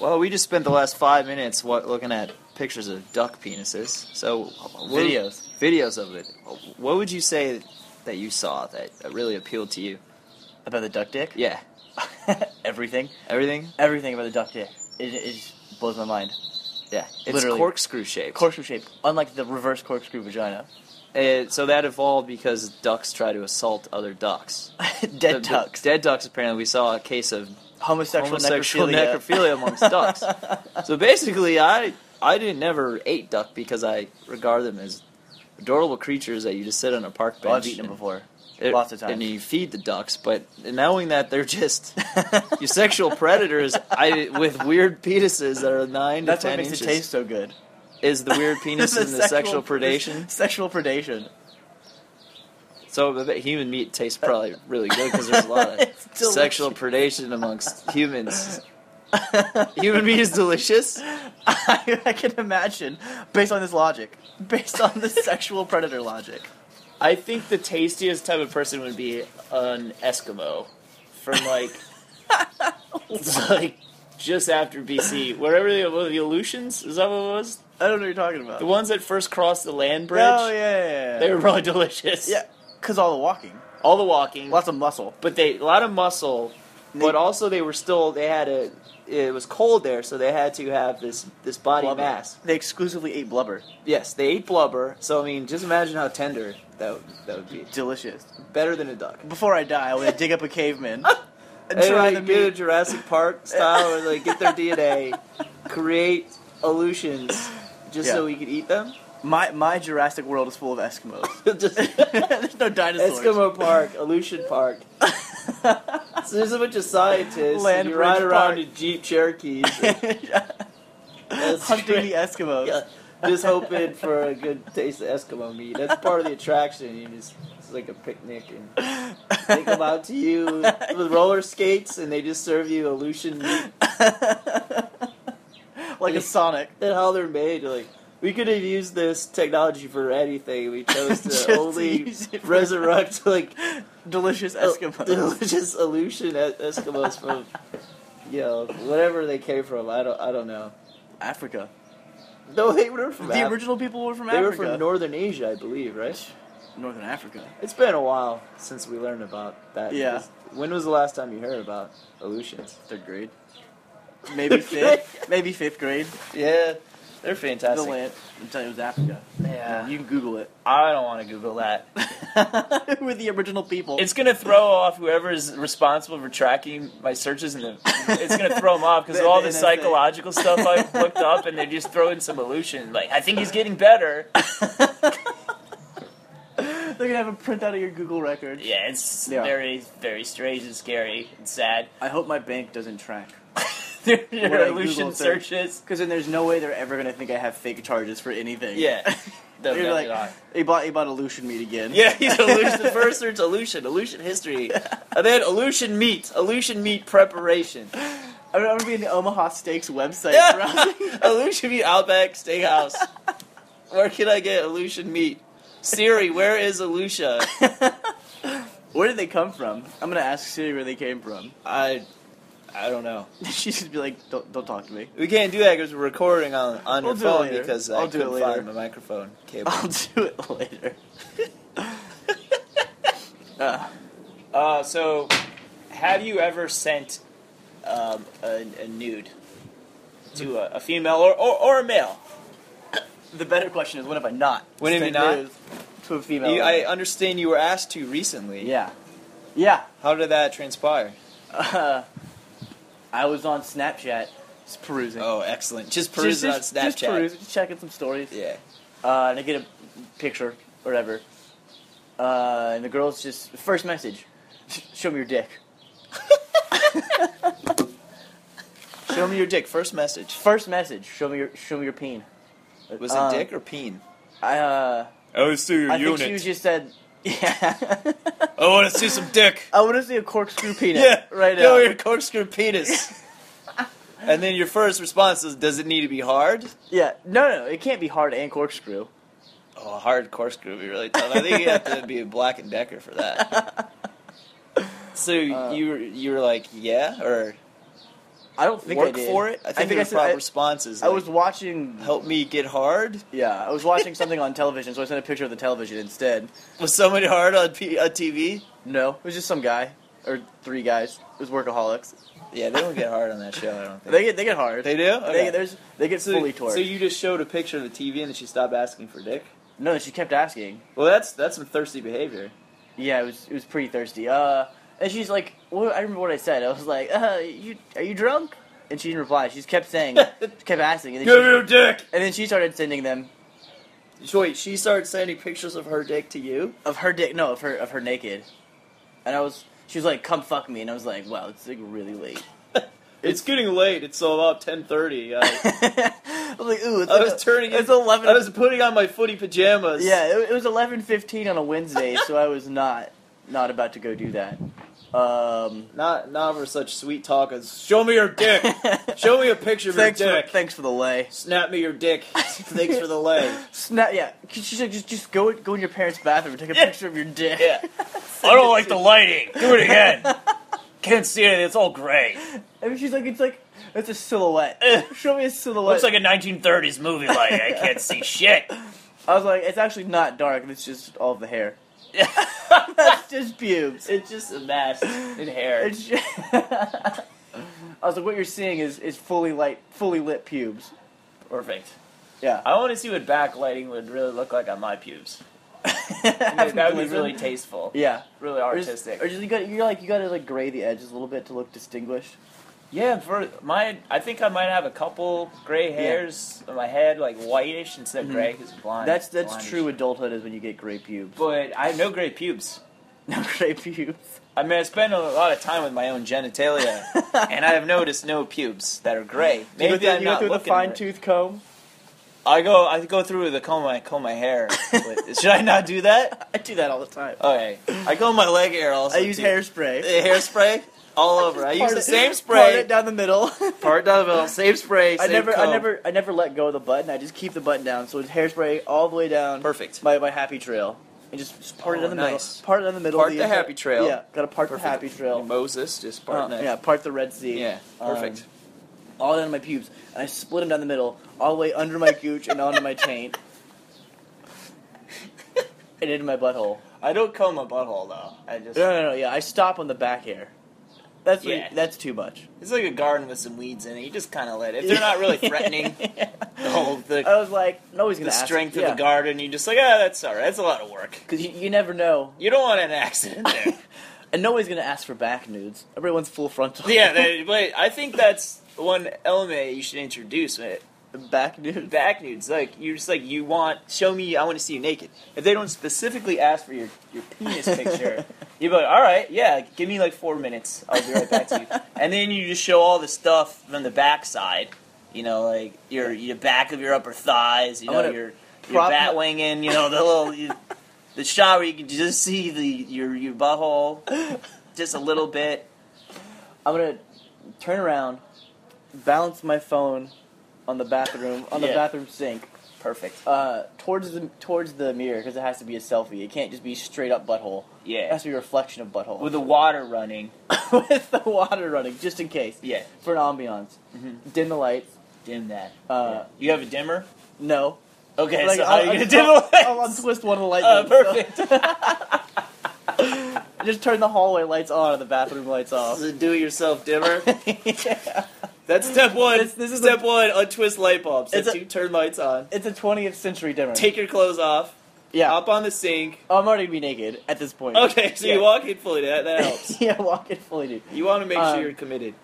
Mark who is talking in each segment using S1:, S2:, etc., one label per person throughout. S1: Well, we just spent the last five minutes what, looking at pictures of duck penises. So what-
S2: Videos.
S1: videos of it. What would you say that you saw that, that really appealed to you?
S2: About the duck dick?
S1: Yeah,
S2: Everything.
S1: everything.
S2: Everything about the duck dick. It, it just blows my mind.
S1: Yeah, it's
S2: Literally.
S1: corkscrew shaped.
S2: Corkscrew shape, unlike the reverse corkscrew vagina.
S1: Uh, so that evolved because ducks try to assault other ducks.
S2: Dead
S1: The- the
S2: ducks.
S1: Dead ducks. Apparently, we saw a case of
S2: homosexual,
S1: homosexual
S2: necrophilia.
S1: necrophilia amongst ducks. So basically, I I didn't never ate duck because I regard them as adorable creatures that you just sit on a park bench.
S2: Well, I've eaten them
S1: and-
S2: before.
S1: it-
S2: lots of times.
S1: and you feed the ducks. But knowing that they're just you sexual predators, I with weird penises that are nine
S2: That's
S1: to
S2: what
S1: ten
S2: makes
S1: inches
S2: it taste so good.
S1: is the weird penis and the sexual predation.
S2: Sexual predation.
S1: So I bet human meat tastes probably really good because there's a lot of
S2: It's delicious.
S1: sexual predation amongst humans. human meat is delicious.
S2: I, I can imagine, based on this logic, based on the sexual predator logic.
S3: I think the tastiest type of person would be an Eskimo from like it's like just after BC, wherever they were the Aleutians is that what it was?
S2: I don't know what you're talking about.
S3: The ones that first crossed the land bridge.
S2: oh yeah, yeah, yeah.
S3: They were really delicious.
S2: yeah, because all the walking,
S3: All the walking,
S2: lots of muscle.
S3: but they a lot of muscle, but also they were still they had a it was cold there, so they had to have this this body
S2: Blubber.
S3: mass.
S2: They exclusively ate blubber.
S1: Yes, they ate blubber. So I mean, just imagine how tender that would, that would be.
S2: Delicious.
S1: Better than a duck.
S2: Before I die, I want to dig up a caveman. And
S1: They
S2: turn
S1: like
S2: the
S1: get a
S2: meat.
S1: Jurassic Park style, where they get their DNA, create Aleutians, just
S2: Yeah.
S1: so we could eat them.
S2: My my Jurassic World is full of Eskimos.
S1: just
S2: There's no dinosaurs.
S1: Eskimo Park, Aleutian Park. so there's a bunch of scientists. and
S2: Land
S1: you ride
S2: Bridge
S1: around
S2: Park.
S1: in Jeep Cherokees, That's
S2: Hunting
S1: great.
S2: the Eskimos.
S1: Yeah, just hoping for a good taste of Eskimo meat. That's part of the attraction. You just it's like a picnic and they come out to you with roller skates and they just serve you Aleutian meat.
S2: like a Sonic.
S1: And how they're made, you're like. We could have used this technology for anything. We chose
S2: Just
S1: to
S2: to
S1: only
S2: use it for-
S1: resurrect like
S2: Delicious Eskimos.
S1: Oh, Delicious Aleutian Es- Eskimos from, you know, whatever they came from. I don't, I don't know.
S2: Africa.
S1: No, they were from
S2: The
S1: Af-
S2: original people were from
S1: They were
S2: Africa.
S1: from Northern Asia, I believe, right?
S2: Northern Africa.
S1: It's been a while since we learned about that.
S2: Yeah.
S1: When was the last time you heard about Aleutians?
S2: Third grade. Maybe fifth. maybe fifth grade.
S1: Yeah, they're
S2: The
S1: fantastic.
S2: land. I'm telling you, it was Africa.
S3: Yeah,
S2: You can Google it.
S3: I don't want to Google that.
S2: We're the original people.
S3: It's gonna throw off whoever is responsible for tracking my searches, and the, it's gonna throw them off because
S2: The-
S3: of all
S2: the
S3: the
S2: NSA.
S3: psychological stuff I've looked up, and they just throw in some illusion. Like I think he's getting better.
S2: They're gonna have a printout of your Google record.
S3: Yeah, it's
S2: Yeah.
S3: very, very strange and scary and sad.
S2: I hope my bank doesn't track.
S3: Their
S2: What I
S3: illusion
S2: Googled there.
S3: searches.
S2: Because then there's no way they're ever gonna think I have fake charges for anything.
S3: Yeah, they'll
S2: They're
S3: never
S2: like,
S3: die.
S2: he bought he bought Aleutian meat again.
S3: yeah, he's illusion.
S1: the first search, Aleutian, Aleutian history, and then Aleutian meat, Aleutian meat preparation,
S2: I'm, I'm gonna be in the Omaha Steaks website.
S1: Yeah.
S2: browsing.
S1: Aleutian meat Outback Steakhouse. Where can I get Aleutian meat? Siri, where is Alutia?
S2: Where did they come from? I'm gonna ask Siri where they came from.
S1: I, I don't know.
S2: She's gonna be like, don't, don't talk to me.
S1: We can't do that because we're recording on on
S2: We'll
S1: your
S2: do it
S1: phone
S2: later.
S1: because
S2: I'll
S1: I
S2: do it
S1: couldn't
S2: later.
S1: find my microphone cable.
S2: I'll do it later. uh,
S3: Uh, so, have you ever sent um, a, a nude to a, a female or, or, or a male?
S2: the better question is, when have I not?
S1: When have you
S2: sent
S1: not?
S2: nudes To a female.
S1: You, I understand you were asked to recently.
S2: yeah. Yeah.
S1: How did that transpire?
S2: Uh, I was on Snapchat, just perusing.
S1: Oh, excellent. Just peruse it on
S2: just,
S1: Snapchat.
S2: Just perusing, just checking some stories.
S1: Yeah.
S2: Uh, and I get a picture, or whatever. Uh, and the girl's just, first message, show me your dick.
S1: Show me your dick. First message.
S2: First message, show me your, show me your peen.
S1: Was it Um,
S2: Uh,
S1: dick or peen?
S2: I, uh,
S3: Oh, it's through your
S2: I think she just said, yeah.
S3: I want to see some dick.
S2: I want to see a corkscrew penis right
S1: Show
S2: now.
S1: me your corkscrew penis. and then your first response is, "Does it need to be hard?"
S2: Yeah, no, no, it can't be hard and corkscrew.
S1: Oh, a hard corkscrew would be really tough. I think you have to be a Black and Decker for that. So
S2: Uh,
S1: you were you were like, yeah, or
S2: I don't think I
S1: work
S2: did.
S1: for it. I think,
S2: I
S1: the
S2: said-
S1: proper
S2: I-
S1: response is
S2: I
S1: like,
S2: was watching.
S1: help me get hard.
S2: Yeah, I was watching something on television, so I sent a picture of the television instead.
S1: Was somebody hard on, P- on TV?
S2: No, it was just some guy or three guys. It was workaholics.
S1: Yeah, they don't get hard on that show. I don't think
S2: They get they get hard.
S1: They do.
S2: They
S1: Okay.
S2: get there's they get fully torqued.
S1: so you just showed a picture of the TV and then she stopped asking for dick.
S2: no, she kept asking.
S1: Well, that's that's some thirsty behavior.
S2: Yeah, it was it was pretty thirsty. Uh, and she's like, well, I remember what I said. I was like, uh, you are you drunk? And she didn't reply. She just kept saying, kept asking, and then, she,
S1: your dick.
S2: and then she started sending them
S1: Wait, she started sending pictures of her dick to you.
S2: of her dick. No, of her of her naked. And I was, she was like, come fuck me, and I was like, wow, it's like really late.
S1: It's getting late. It's about ten thirty. I
S2: I was like, ooh, it's
S1: I
S2: like-
S1: was turning.
S2: It's
S1: in-
S2: eleven.
S1: I was putting on my footy pajamas.
S2: Yeah, it, it was eleven fifteen on a Wednesday, so I was not not about to go do that. Um,
S1: Not not for such sweet talk as show me your dick. show me a picture of your
S2: thanks, for,
S1: dick.
S2: thanks for the lay.
S1: Snap me your dick. Thanks for the leg.
S2: Snap, yeah. She said, just just go go in your parents' bathroom and take a
S3: Yeah.
S2: picture of your dick.
S1: Yeah.
S3: I don't like the lighting. Do it again. Can't see it. It's all gray.
S2: I mean, she's like, it's like it's a silhouette. Show me a silhouette.
S3: Looks like a 1930s movie lighting. I can't see shit.
S2: I was like, it's actually not dark. It's just all the hair. That's just pubes.
S1: It's just a mess in hair.
S2: It's ju- I was like, what you're seeing is is fully light, fully lit pubes.
S3: Perfect.
S2: Yeah.
S3: I want to see what backlighting would really look like on my pubes.
S2: Have
S3: That would be
S2: glisten.
S3: really tasteful,
S2: Yeah.
S3: really
S2: Or just,
S3: artistic.
S2: or just you got you're like you got to like gray the edges a little bit to look distinguished.
S3: Yeah, for my, I think I might have a couple gray hairs on my head, like whitish instead of gray, because blind.
S2: Mm-hmm. That's that's
S3: blindish.
S2: true adulthood is when you get gray pubes.
S3: But I have no gray pubes.
S2: No gray pubes.
S3: I mean, I spend a lot of time with my own genitalia, and I have noticed no pubes that are gray.
S2: You go
S3: Maybe
S2: through,
S3: I'm
S2: you go
S3: not
S2: through the
S3: looking right.
S2: fine tooth comb.
S3: I go, I go through the comb. I comb my hair. But should I not do that?
S2: I do that all the time.
S3: Okay, I comb my leg hair also.
S2: I use
S3: too.
S2: hairspray.
S1: Uh, hairspray all over. I use
S2: Part
S1: the
S2: it-
S1: same
S2: part
S1: spray.
S2: it down the middle.
S1: Part down the middle. Same spray.
S2: I
S1: same
S2: never, I
S1: comb.
S2: never, I never let go of the button. I just keep the button down, so it's hairspray all the way down
S1: Perfect.
S2: my my happy trail, and just, just part
S1: Oh,
S2: it down the
S1: nice.
S2: middle. Part it down the middle.
S1: Part
S2: of
S1: the
S2: entire-
S1: happy trail.
S2: Yeah, gotta part
S1: Perfect.
S2: the happy trail.
S1: Moses just
S2: Uh,
S1: part neck.
S2: yeah, part the Red Sea.
S1: Yeah,
S2: Um,
S1: perfect.
S2: all down my pubes, and I split them down the middle, all the way under my gooch and onto my taint, and into my butthole.
S3: I don't comb my butthole though. I just
S2: No, no, no. Yeah, I stop on the back hair. That's what-
S3: Yeah.
S2: that's too much.
S3: it's like a garden with some weeds in it. You just kind of let it. If they're not really threatening the whole the,
S2: I was like, nobody's gonna
S3: the
S2: ask.
S3: strength
S2: yeah.
S3: of the garden, you just like, ah, that's all right. That's a lot of work.
S2: because you, you never know,
S3: You don't want an accident there.
S2: and nobody's gonna ask for back nudes. Everyone's full frontal.
S3: yeah, they, but I think that's one element you should introduce. It
S2: back nudes.
S3: back nudes. Like you're just like you want. Show me. I want to see you naked. If they don't specifically ask for your your penis picture, you're like, all right, yeah, give me like four minutes. I'll be right back to you. And then you just show all the stuff from the backside. You know, like your your back of your upper thighs. You
S2: I'm
S3: know
S2: gonna
S3: your your
S2: prop-
S3: bat winging. You know the little you, the shot where you can just see the your your butthole just a little bit.
S2: I'm gonna turn around, balance my phone on the bathroom on the
S3: Yeah.
S2: bathroom sink
S3: Perfect.
S2: uh, towards the towards the mirror because it has to be a selfie. It can't just be straight up butthole. It
S3: Yeah.
S2: has to be a reflection of butthole
S3: With the water running.
S2: with the water running just in case
S3: Yeah.
S2: for an ambiance.
S3: Mm-hmm.
S2: Dim the lights.
S3: Dim that.
S2: Uh,
S3: You have a dimmer?
S2: No.
S3: Okay,
S2: Like,
S3: so how are you
S2: I'll-
S3: gonna
S2: I'll-
S3: dim the lights?
S2: I'll untwist one of the light
S1: Oh,
S3: Uh,
S2: bulbs, so-
S3: perfect.
S2: Just turn the hallway lights on and the bathroom lights
S1: This
S2: off.
S1: is a do-it-yourself dimmer.
S2: Yeah.
S1: That's step one.
S2: This- this is
S1: step one. Untwist light bulbs.
S2: It's
S1: Set
S2: a-
S1: two turn lights on.
S2: It's a 20th century dimmer.
S1: Take your clothes off.
S2: yeah.
S1: Up on the sink.
S2: Oh, I'm already gonna be naked at this point.
S1: Okay, so
S2: Yeah.
S1: you walk in fully. That, that helps.
S2: yeah, walk it fully, dude.
S1: You want to make
S2: Um,
S1: sure you're committed.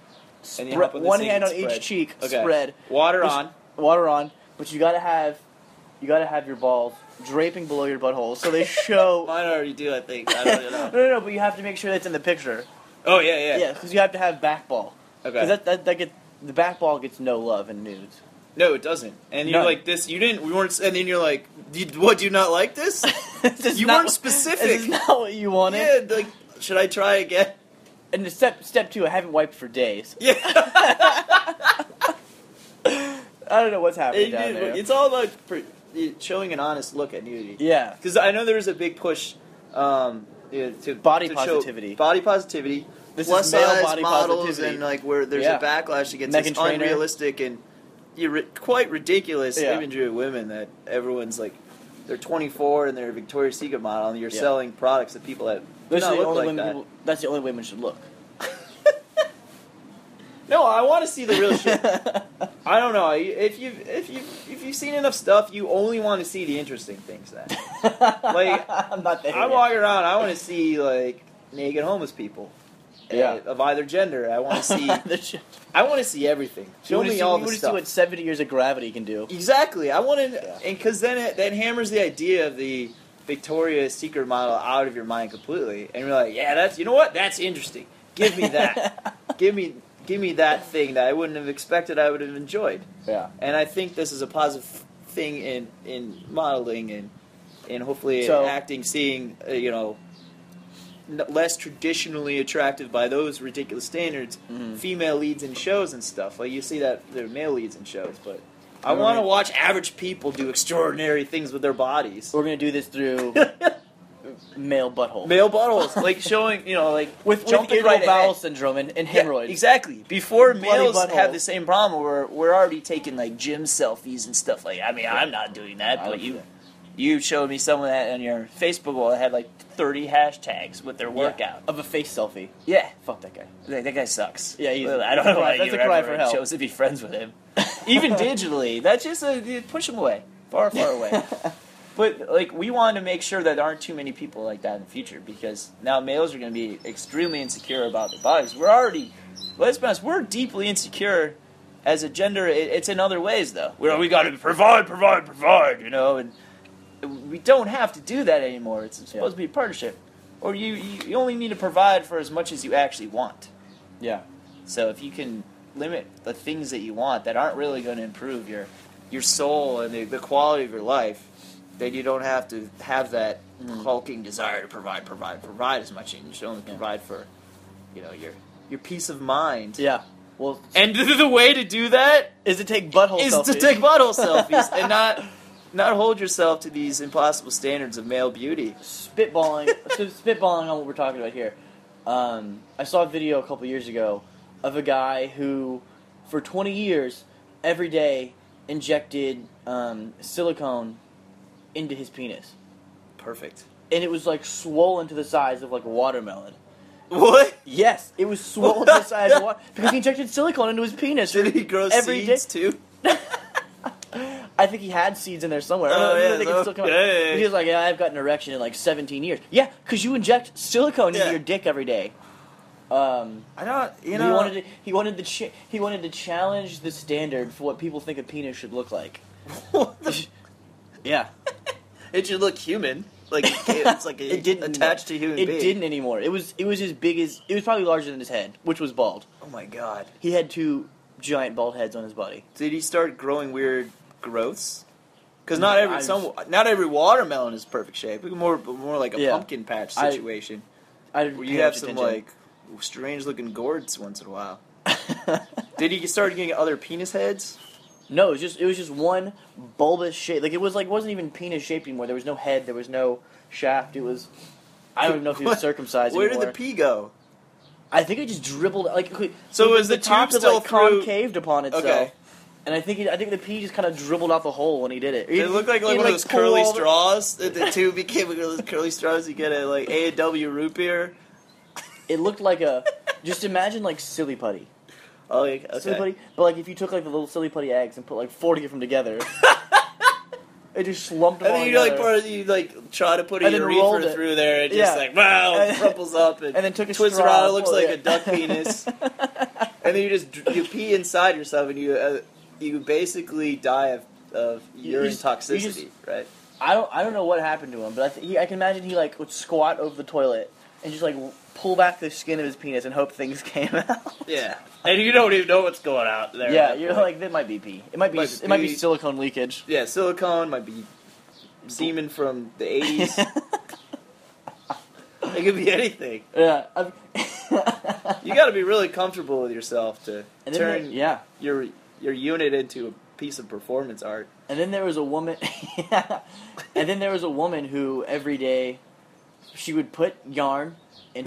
S1: And you
S2: Spre-
S1: hop on the
S2: one
S1: sink
S2: hand on
S1: and spread.
S2: each cheek,
S1: Okay.
S2: spread,
S1: Water
S2: Just-
S1: on.
S2: water on, but you gotta have, you gotta have your balls draping below your butthole so they show.
S1: Mine already do, I think. I
S2: no,
S1: don't
S2: no,
S1: know.
S2: no, but you have to make sure that's in the picture.
S1: Oh yeah, yeah.
S2: Yeah, because you have to have back ball.
S1: Okay.
S2: Because that, that that get the back ball gets no love in nudes.
S1: no, it doesn't. And you're
S2: None.
S1: like this. You didn't. We weren't. And then you're like, you, what? Do you not like this?
S2: This is
S1: You
S2: not
S1: weren't
S2: what-
S1: specific.
S2: This is not what you wanted.
S1: yeah. Like, should I try again?
S2: And step step two, I haven't wiped for days.
S1: Yeah.
S2: I don't know what's happening
S1: It-
S2: down
S1: it-
S2: there.
S1: it's all about per- showing an honest look at nudity.
S2: yeah,
S1: because I know there was a big push um, yeah, to
S2: Body
S1: to show
S2: positivity.
S1: body positivity,
S2: This
S1: plus
S2: is male
S1: size
S2: body
S1: models
S2: positivity.
S1: and like where there's
S2: Yeah.
S1: a backlash against
S2: Meghan
S1: it's
S2: Trainor.
S1: unrealistic and you ri quite ridiculous
S2: Yeah.
S1: imagery of women that everyone's like they're 24 and they're a Victoria's Secret model and you're
S2: Yeah.
S1: selling products that people that do
S2: Those
S1: not
S2: are the
S1: look
S2: only
S1: like
S2: women
S1: that.
S2: people, that's the only way women should look.
S1: No, I want to see the real shit. I don't know. If you if you if you've seen enough stuff, you only want to see the interesting things. Then
S2: like I'm not there.
S1: I
S2: yet.
S1: walk around, I want to see like naked homeless people. uh,
S2: Yeah.
S1: of either gender. I want to see.
S2: The shit.
S1: I want to see everything.
S2: You
S1: Show
S2: wanna
S1: me
S2: see-
S1: all
S2: you
S1: the
S2: wanna
S1: stuff.
S2: see what 70 years of gravity can do.
S1: Exactly. I want to,
S2: Yeah.
S1: and because then it that hammers the idea of the Victoria's Secret model out of your mind completely, and you're like, yeah, that's you know what, that's interesting. Give me that. give me give me that thing that I wouldn't have expected. I would have enjoyed.
S2: yeah.
S1: And I think this is a positive thing in in modeling and and hopefully
S2: So-
S1: in acting, seeing uh, you know n- less traditionally attractive by those ridiculous standards,
S2: Mhm.
S1: female leads in shows and stuff. Like you see that they're male leads in shows, but I
S2: Alright.
S1: want to watch average people do extraordinary things with their bodies.
S2: We're gonna do this through male butthole
S1: Male bottles, like showing you know, like
S2: with, with
S1: jumping
S2: irritable
S1: right
S2: bowel
S1: ahead.
S2: syndrome and, and
S1: Yeah,
S2: hemorrhoids.
S1: exactly. Before
S2: Bloody
S1: males
S2: butthole.
S1: have the same problem, we're we're already taking like gym selfies and stuff like. I mean, I'm not doing that,
S2: I
S1: but
S2: would do
S1: you
S2: that.
S1: you showed me someone that on your Facebook wall that had like 30 hashtags with their
S2: Yeah.
S1: workout.
S2: of a face selfie.
S1: Yeah,
S2: Fuck that guy.
S1: Like, that guy sucks.
S2: Yeah, he's-
S1: I don't know why
S2: that's
S1: you
S2: a cry
S1: ever
S2: for help.
S1: chose to be friends with him, even digitally. That's just a you push him away, far, far away. But like we want to make sure that there aren't too many people like that in the future because now males are going to be extremely insecure about their bodies. We're already, let's be honest, we're deeply insecure as a gender. It, it's in other ways though. We're, we got to provide, provide, provide, you know, and we don't have to do that anymore. It's supposed
S2: Yeah.
S1: to be a partnership, or you, you you only need to provide for as much as you actually want.
S2: Yeah.
S1: So if you can limit the things that you want that aren't really going to improve your your soul and the, the quality of your life, then you don't have to have that hulking desire to provide, provide, provide as much. And you should only provide for, you know, your your peace of mind.
S2: Yeah. Well,
S1: And the way to do that
S2: is to take butthole
S1: is
S2: selfies.
S1: to take butthole selfies and not not hold yourself to these impossible standards of male beauty.
S2: spitballing so spitballing on what we're talking about here. Um, I saw a video a couple years ago of a guy who, for 20 years, every day injected um, silicone into his penis,
S1: Perfect.
S2: and it was like swollen to the size of like a watermelon.
S1: What
S2: Yes, it was swollen to the size of water because he injected silicone into his penis.
S1: did he grow
S2: Every day-
S1: seeds too?
S2: I think he had seeds in there somewhere. I don't
S1: Oh,
S2: know, maybe
S1: yeah,
S2: they can
S1: no-
S2: still come out.
S1: yeah, yeah, yeah.
S2: He was like, yeah, I've got an erection in like 17 years. Yeah, because you inject silicone
S1: Yeah.
S2: into your dick every day. Um,
S1: I don't. You
S2: he
S1: know.
S2: wanted to, he wanted to ch- he wanted to challenge the standard for what people think a penis should look like.
S1: What the-
S2: Yeah,
S1: It should look human. Like it's like a,
S2: it didn't
S1: attached to human
S2: It
S1: being.
S2: didn't anymore. It was it was as big as it was probably larger than his head, which was bald.
S1: Oh my god!
S2: He had two giant bald heads on his body.
S1: Did he start growing weird growths? Because not every
S2: I-
S1: some not every watermelon is perfect shape. It's More more like a
S2: Yeah.
S1: pumpkin patch
S2: I-
S1: situation
S2: I didn't
S1: where
S2: pay
S1: you
S2: much
S1: have some
S2: attention.
S1: like strange looking gourds once in a while. Did he start getting other penis heads?
S2: no, it was just it was just one bulbous shape. Like it was like it wasn't even penis shaped anymore. There was no head. There was no shaft. It was. I don't even know if he was
S1: What-
S2: circumcised
S1: Where
S2: anymore.
S1: did the pee go?
S2: I think it just dribbled like okay,
S1: So
S2: the-
S1: was the
S2: the top
S1: tube
S2: is, like,
S1: still through-
S2: concaved upon itself.
S1: Okay.
S2: And I think it, I think the pee just kind of dribbled out the hole when he did it.
S1: It looked like, like
S2: He'd,
S1: one of those curly
S2: pull all the-
S1: straws. that The two became one of those curly straws you get at like A and W root beer.
S2: It looked like a just imagine like silly putty,
S1: Oh, like,
S2: silly
S1: okay.
S2: putty. But like if you took like the little silly putty eggs and put like forty of them together, it just slumped them
S1: And
S2: all
S1: then you like
S2: together.
S1: part you like try to put a
S2: And then rolled
S1: urethra
S2: it.
S1: through there, and just
S2: Yeah.
S1: like wow,
S2: And-
S1: crumples up and,
S2: and then took a
S1: twists
S2: straw
S1: around. It
S2: and
S1: looks
S2: pulled
S1: like a
S2: it.
S1: duck penis, and then you just dr- you pee inside yourself, and you uh, you basically die of, of
S2: You- you
S1: urine
S2: just- you
S1: toxicity,
S2: just-
S1: right?
S2: I don't I don't know what happened to him, but I th- he, I can imagine he like would squat over the toilet and just like pull back the skin of his penis and hope things came out.
S1: Yeah, and you don't even know what's going out there.
S2: Yeah,
S1: at that
S2: you're
S1: point.
S2: like that might be pee. It might be
S1: Might
S2: it might be
S1: be-
S2: silicone leakage.
S1: yeah, silicone might be semen from the eighties. it could be anything.
S2: yeah. I'm-
S1: You got to be really comfortable with yourself to
S2: and then there-
S1: turn
S2: yeah.
S1: your your unit into a piece of performance art.
S2: And then there was a woman And then there was a woman who every day she would put yarn in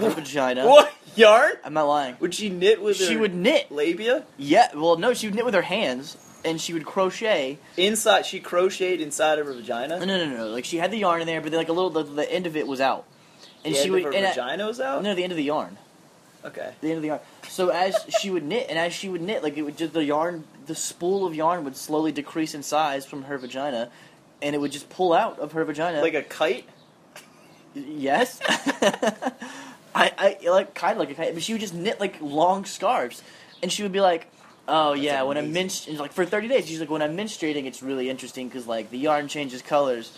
S2: her vagina.
S3: What yarn?
S2: I'm not lying.
S1: Would she knit with
S2: She
S1: her
S2: would knit.
S1: labia?
S2: Yeah, well, no, she would knit with her hands, and she would crochet.
S1: Inside, she crocheted inside of her vagina.
S2: No, no, no, no. Like she had the yarn in there, but then like a little, the, the end of it was out, and
S1: the
S2: she
S1: end of
S2: would.
S1: her
S2: and I-
S1: vagina was out.
S2: no, the end of the yarn.
S1: Okay.
S2: The end of the yarn. So as she would knit, and as she would knit, like it would just the yarn, the spool of yarn would slowly decrease in size from her vagina, and it would just pull out of her vagina.
S1: Like a kite.
S2: yes. I, I like kind of like a kite, but she would just knit like long scarves, and she would be like, "Oh yeah, when I'm menst- and, like for thirty days." She's like, "When I'm menstruating, it's really interesting because like the yarn changes colors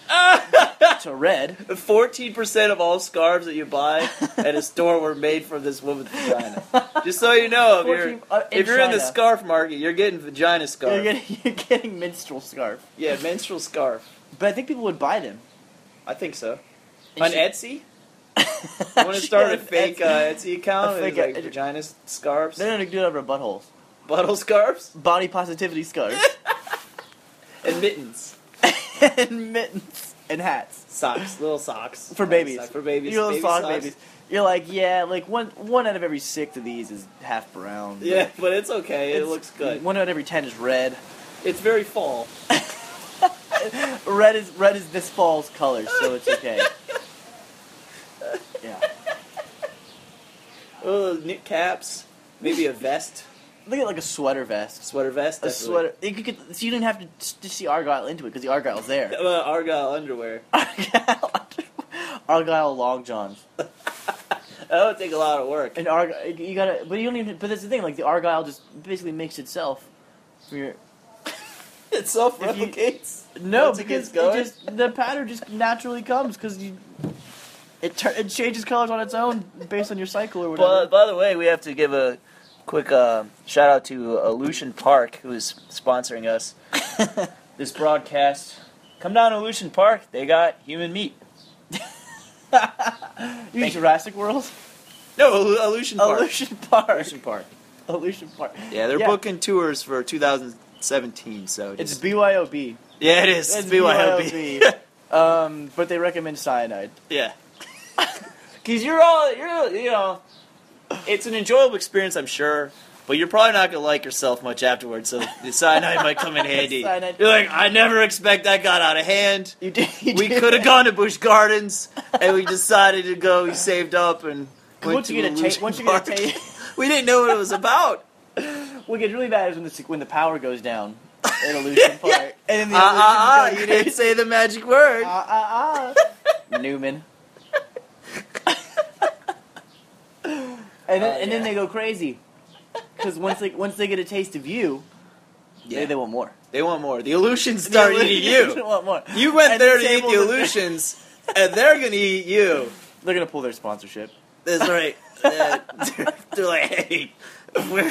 S2: to red."
S1: Fourteen percent of all scarves that you buy at a store were made from this woman's vagina. Just so you know, if you're
S2: 14 uh, in
S1: if you're in the
S2: China.
S1: scarf market, you're getting vagina scarf.
S2: You're getting, you're getting minstrel scarf,
S1: Yeah, menstrual scarf.
S2: but I think people would buy them.
S1: I think so.
S2: And
S1: On
S2: she-
S1: Etsy, I want to start a fake uh, Etsy account.
S2: A
S1: and it's
S2: fake,
S1: like
S2: uh,
S1: vagina s- scarves,
S2: No, no, no, do it over buttholes.
S1: bottle scarves,
S2: Body positivity scarves.
S1: and mittens,
S2: and mittens. And hats.
S1: socks, little socks
S2: For babies.
S1: for babies,
S2: You little
S1: baby
S2: sock
S1: socks.
S2: babies. You're like, yeah, like one one out of every six of these is half brown. but
S1: Yeah, but it's okay. It
S2: it's-
S1: looks good.
S2: One out of every ten is red.
S1: It's very fall.
S2: Red is red is this fall's color, so it's okay. yeah.
S1: Oh, knit caps, maybe a vest,
S2: Look at like a sweater vest.
S1: sweater vest,
S2: A
S1: definitely.
S2: sweater. You could, so you didn't have to stitch the argyle into it because the argyle's there.
S1: Uh, Argyle underwear.
S2: Argyle, argyle long johns.
S1: That would take a lot of work.
S2: And argyle, you gotta, but you don't even. But that's the thing. Like the argyle just basically makes itself. From your,
S1: It self-replicates.
S2: no,
S1: Once it
S2: because
S1: gets
S2: it,
S1: going?
S2: just the pattern just naturally comes because you. It tur- it changes colors on its own based on your cycle or
S3: By,
S2: whatever.
S3: by the way, we have to give a quick uh, shout out to uh, Lucian Park, who is sponsoring us this broadcast. Come down to Lucian Park; they got human meat.
S2: you mean Jurassic World,
S1: No, Elu- Aleutian Park.
S2: Illusion Park,
S1: Aleutian Park.
S2: Illusion Park.
S1: Yeah, they're
S2: Yeah.
S1: booking tours for 2017. So
S2: It's
S1: just-
S2: BYOB.
S1: yeah, it is.
S2: It's
S1: BYOB.
S2: um, but they recommend cyanide.
S1: yeah. Because you're all you're you know, it's an enjoyable experience, I'm sure. But you're probably not gonna like yourself much afterwards, so the cyanide might come in handy.
S2: Cyanide.
S1: You're like, I never expect that got out of hand.
S2: You did. you
S1: We
S2: did
S1: could
S2: that.
S1: have gone to Busch Gardens, and we decided to go. We saved up and went
S2: Once
S1: to
S2: you get a
S1: Illusion
S2: taste, once you get a
S1: Park.
S2: taste.
S1: we didn't know what it was about.
S2: What gets really bad is when the when the power goes down in Illusion Park, and then the
S1: Ah ah ah!
S2: illusion
S1: You didn't say the magic word.
S2: ah ah ah. Newman. and then,
S1: Oh,
S2: and then
S1: yeah.
S2: they go crazy because once they once they get a taste of you,
S1: Yeah.
S2: they, they want more.
S1: They want more. The illusions start
S2: They
S1: eating
S2: They
S1: you.
S2: want more.
S1: You went
S2: And
S1: there
S2: the
S1: to eat
S2: tables
S1: the
S2: are-
S1: illusions, and they're gonna eat you.
S2: They're gonna pull their sponsorship.
S1: That's right. Uh, they're, they're like, hey, we're,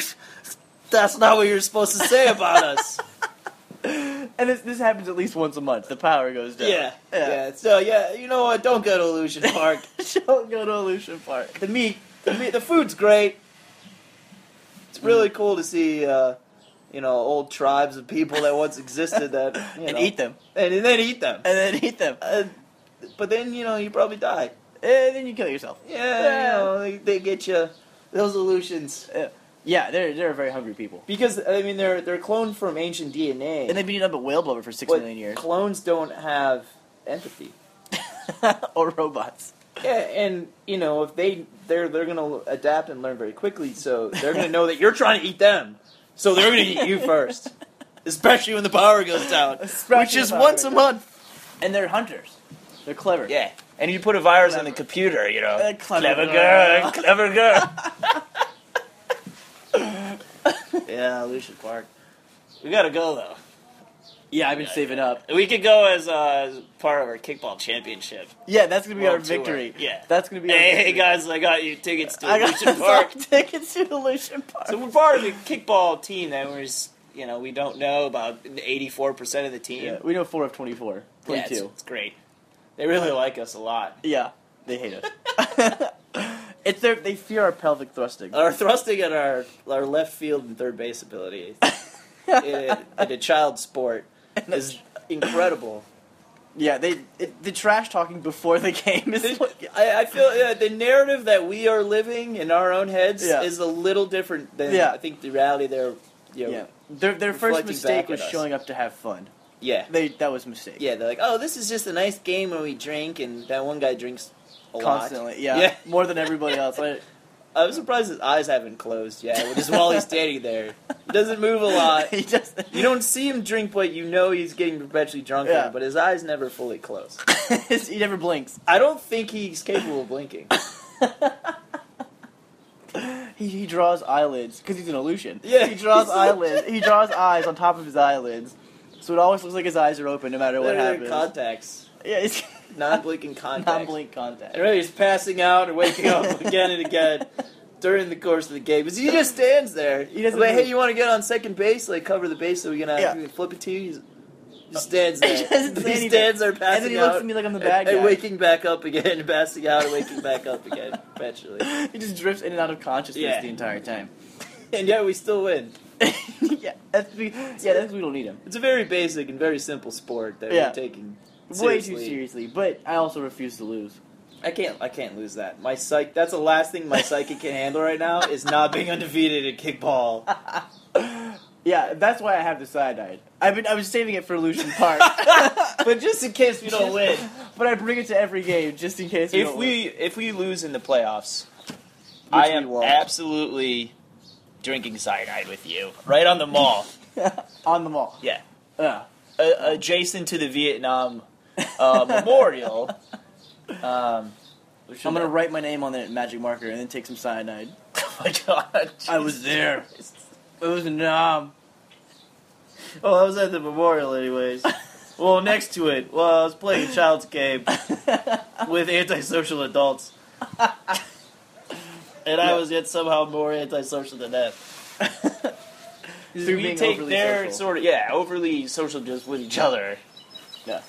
S1: that's not what you're supposed to say about us.
S2: And this this happens at least once a month. The power goes down.
S1: yeah, yeah,
S2: yeah.
S1: So yeah, you know what? Don't go to Illusion Park.
S2: Don't go to Illusion Park.
S1: the meat, the meat, the food's great. It's
S2: Mm.
S1: really cool to see, uh, you know, old tribes of people that once existed that you
S2: and
S1: know,
S2: eat them.
S1: and, and then eat them.
S2: And then eat them.
S1: Uh, but then you know you probably die.
S2: And Eh, then you kill yourself.
S1: Yeah,
S2: Yeah.
S1: you know, they, they get you those illusions
S2: Yeah, they're they're very hungry people.
S1: because I mean they're they're cloned from ancient DNA.
S2: And they've been eating up at whale blubber for six
S1: But
S2: million years.
S1: Clones don't have empathy.
S2: or robots.
S1: Yeah, and you know if they they're they're gonna adapt and learn very quickly, so they're gonna know that you're trying to eat them, so they're gonna eat you first, especially when the power goes down,
S2: Especially
S1: which is
S2: the power
S1: once a
S2: goes
S1: month.
S2: And they're hunters. They're clever.
S3: Yeah, and you put a virus on the
S2: Clever.
S3: computer, you know.
S2: Uh, clever girl.
S3: clever girl.
S1: Yeah, Lucian Park.
S3: we gotta go though.
S2: Yeah, I've been saving up.
S3: We could go as uh, as part of our kickball championship.
S2: Yeah, that's gonna be
S3: World
S2: our
S3: tour.
S2: victory.
S3: Yeah.
S2: That's gonna be our
S3: Hey, hey
S2: victory.
S3: guys, I got you tickets to
S2: I got
S3: Illusion Park.
S2: tickets to Illusion Park.
S3: So we're part of the kickball team that was, you know, we don't know about 84% of the team.
S2: yeah, we know four of 24.
S3: Yeah, it's,
S2: 22. Yeah,
S3: it's great. They really like us a lot.
S2: they hate us. it's their they fear our pelvic thrusting.
S1: Our thrusting at our our left field and third base ability in a, in a child sport is incredible.
S2: Yeah, they it, the trash talking before the game is. like-
S1: I, I feel uh, the narrative that we are living in our own heads
S2: Yeah.
S1: is a little different than
S2: Yeah.
S1: I think the reality there. You know,
S2: yeah, their their first
S1: Reflecting
S2: mistake
S1: back
S2: was
S1: at us.
S2: showing up to have fun.
S1: yeah,
S2: They that was a mistake.
S1: yeah. They're like, oh, this is just a nice game where we drink, and that one guy drinks a lot.
S2: constantly. Yeah,
S1: Yeah.
S2: more than everybody else. Like,
S1: I'm surprised his eyes haven't closed yet, just while he's standing there. He doesn't move a lot.
S2: he just
S1: You don't see him drink, but you know he's getting perpetually drunker.
S2: Yeah.
S1: But his eyes never fully close.
S2: he never blinks.
S1: I don't think he's capable of blinking.
S2: He, he draws eyelids because he's an Aleutian.
S1: Yeah,
S2: he draws
S1: he's an
S2: eyelids. He draws eyes on top of his eyelids, so it always looks like his eyes are open no matter what
S1: They're
S2: happens.
S1: Contacts,
S2: yeah, he's
S1: non-blinking contacts.
S2: non-blink contact.
S1: And really, he's passing out and waking up again and again during the course of the game. Because he just stands there. He
S2: He
S1: doesn't
S2: doesn't
S1: like,
S2: move.
S1: hey, you want to get on second base? Like, cover the base so we can have
S2: Yeah.
S1: we can flip it to you? He's- He just stands
S2: He
S1: there.
S2: doesn't do
S1: he
S2: anything.
S1: stands there passing
S2: And then he looks
S1: out
S2: at me like I'm the
S1: and-
S2: bad
S1: and,
S2: guy.
S1: waking back up again, and passing out and waking back up again, eventually.
S2: He just drifts in and out of consciousness
S1: Yeah.
S2: the entire time.
S1: And yet we still win.
S2: yeah, that's be- yeah, that's we don't need him.
S1: It's a very basic and very simple sport that
S2: Yeah.
S1: we're taking
S2: Way
S1: seriously.
S2: too seriously, but I also refuse to lose.
S1: I can't. I can't lose that. My psych. That's the last thing my psyche can handle right now is not being undefeated at kickball.
S2: Yeah, that's why I have the side eye. I've been I was saving it for Lucian Park,
S1: But just in case we don't win,
S2: but I bring it to every game just in case.
S3: if
S2: don't
S3: we if we lose in the playoffs,
S2: Which
S3: I
S2: we
S3: am
S2: won't.
S3: absolutely drinking cyanide with you right on the mall.
S2: win. on the mall.
S3: yeah,
S2: Yeah.
S3: uh, adjacent to the Vietnam uh, Memorial. Um, which
S2: I'm gonna write my name on that magic marker and then take some cyanide.
S3: Oh my god!
S2: I was there. It was a nom.
S1: Oh, I was at the memorial, anyways. well, next to it. Well, I was playing a child's game with antisocial adults. and I was yet somehow more antisocial than that.
S2: Through
S3: we
S2: being
S3: take
S2: overly
S3: their
S2: social.
S3: sort of yeah overly social just with each other.
S2: Yeah.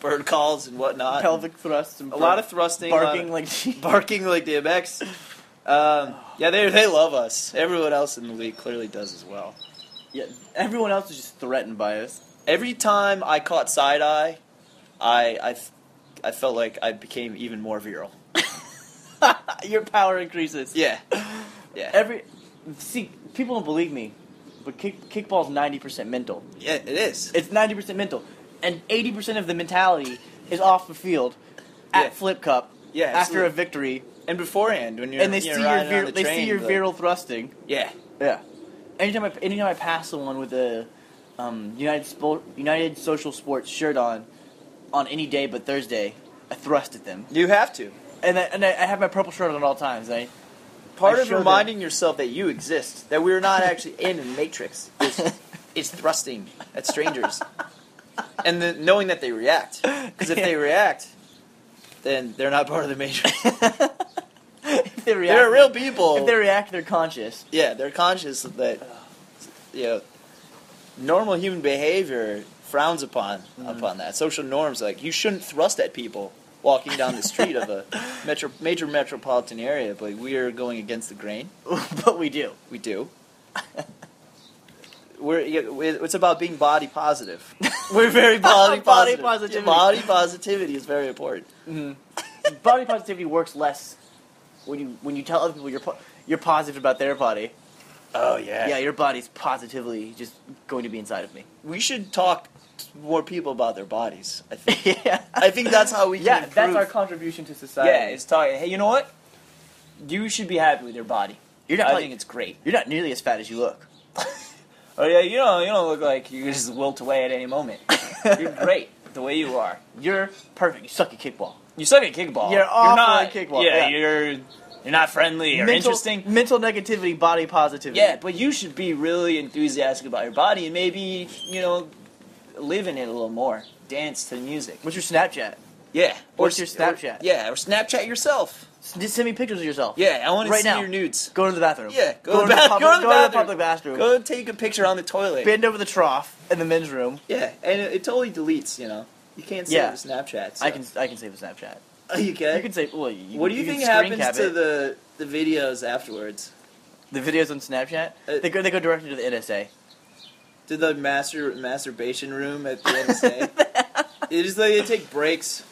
S1: Bird calls and whatnot.
S2: pelvic thrusts and
S1: a lot of thrusting, a lot
S2: barking
S1: of-
S2: like
S1: barking like DMX. Um, yeah, they they love us. Everyone else in the league clearly does as well.
S2: yeah. Everyone else is just threatened by us.
S1: Every time I caught side eye, I I f- I felt like I became even more virile.
S2: Your power increases.
S1: Yeah, yeah.
S2: Every see people don't believe me, but kick kickball's ninety percent mental.
S1: Yeah, it is.
S2: It's ninety percent mental, and eighty percent of the mentality is off the field at
S1: Yeah.
S2: Flip Cup
S1: Yeah,
S2: after
S1: absolutely.
S2: a victory,
S1: and beforehand when you're
S2: and they
S1: you're
S2: see your
S1: riding on
S2: vir-
S1: the
S2: they
S1: train,
S2: see your
S1: like,
S2: virile thrusting.
S1: Yeah,
S2: Yeah. Anytime I anytime I pass someone with a um, United Spo- United Social Sports shirt on, on any day but Thursday, I thrust at them,
S1: you have to.
S2: and I, and I, I have my purple shirt on at all times. and
S1: Part
S2: I
S1: of
S2: showed
S1: reminding yourself that you exist, that we're not actually in a matrix, is, is thrusting at strangers, and the, knowing that they react. Because if they react, then they're not part of the matrix.
S2: I, if they react,
S1: They're real people.
S2: If they react, they're conscious.
S1: yeah, they're conscious of that. You know, normal human behavior frowns upon
S2: Mm-hmm.
S1: upon that. Social norms like you shouldn't thrust at people walking down the street of a metro, major metropolitan area, but we are going against the grain.
S2: but we do.
S1: We do. We're, yeah, it- it's about being body positive. We're very body,
S2: Body
S1: positive.
S2: positivity.
S1: Body positivity is very important.
S2: Body positivity works less when you when you tell other people you're po- you're positive about their body.
S1: Oh
S2: Yeah, your body's positively just going to be inside of me.
S1: We should talk to more people about their bodies. I think.
S2: yeah,
S1: I think that's how we can
S2: yeah. That's
S1: improve.
S2: our contribution to society.
S3: Yeah, it's talking. Hey, you know what? You should be happy with your body.
S2: you're not.
S3: I
S2: like-
S3: think it's great.
S2: you're not nearly as fat as you look.
S3: Oh yeah, you don't you don't look like you just wilt away at any moment. You're great the way you are.
S2: You're perfect. You suck at kickball.
S3: You suck at kickball.
S2: You're awful
S3: not,
S2: at kickball,
S3: Yeah,
S2: yeah.
S3: you're you're not friendly or interesting.
S2: Mental negativity, body positivity.
S3: Yeah, but you should be really enthusiastic about your body and maybe you know live in it a little more. Dance to music.
S2: What's your Snapchat?
S1: yeah.
S2: What's your
S1: s-
S2: Snapchat?
S1: yeah, or Snapchat yourself.
S2: S- Just send me pictures of yourself.
S1: Yeah, I want to
S2: Right
S1: see
S2: now.
S1: your nudes.
S2: Go to the bathroom.
S1: Yeah, go,
S2: Go,
S1: to,
S2: to,
S1: bath-
S2: the public,
S1: go to the bathroom.
S2: public bathroom.
S1: Go take a picture on the toilet.
S2: Bend over the trough in the men's room.
S1: yeah, and it, it totally deletes. You know, you can't save
S2: Yeah.
S1: your Snapchat.
S2: I can I can save a Snapchat.
S1: Oh, you can.
S2: You can save. Well, you,
S1: what do you,
S2: can
S1: think
S2: screen
S1: happens
S2: cap
S1: to
S2: it.
S1: the the videos afterwards?
S2: the videos on Snapchat?
S1: Uh,
S2: they go they go directly to the NSA.
S1: To the master masturbation room at the NSA? It is like they take breaks.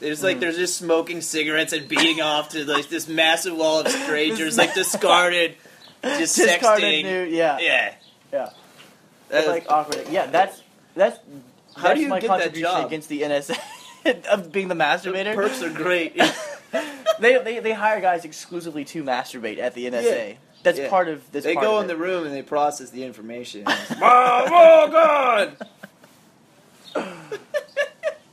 S1: It's
S2: Hmm.
S1: like they're just smoking cigarettes and beating off to like this massive wall of strangers, like discarded, just
S2: Discarded
S1: sexting.
S2: nude, yeah, yeah.
S1: Yeah.
S2: It's
S1: That-
S2: like awkward. Yeah, that's that's.
S1: How do
S2: that's
S1: you
S2: my
S1: get that
S2: contribution
S1: job?
S2: against the NSA of being the
S1: the
S2: masturbator?
S1: perks are great.
S2: they, they they hire guys exclusively to masturbate at the NSA.
S1: Yeah.
S2: That's
S1: Yeah.
S2: part of this.
S1: they
S2: part
S1: go in
S2: of it.
S1: the room and they process the information. oh, oh God!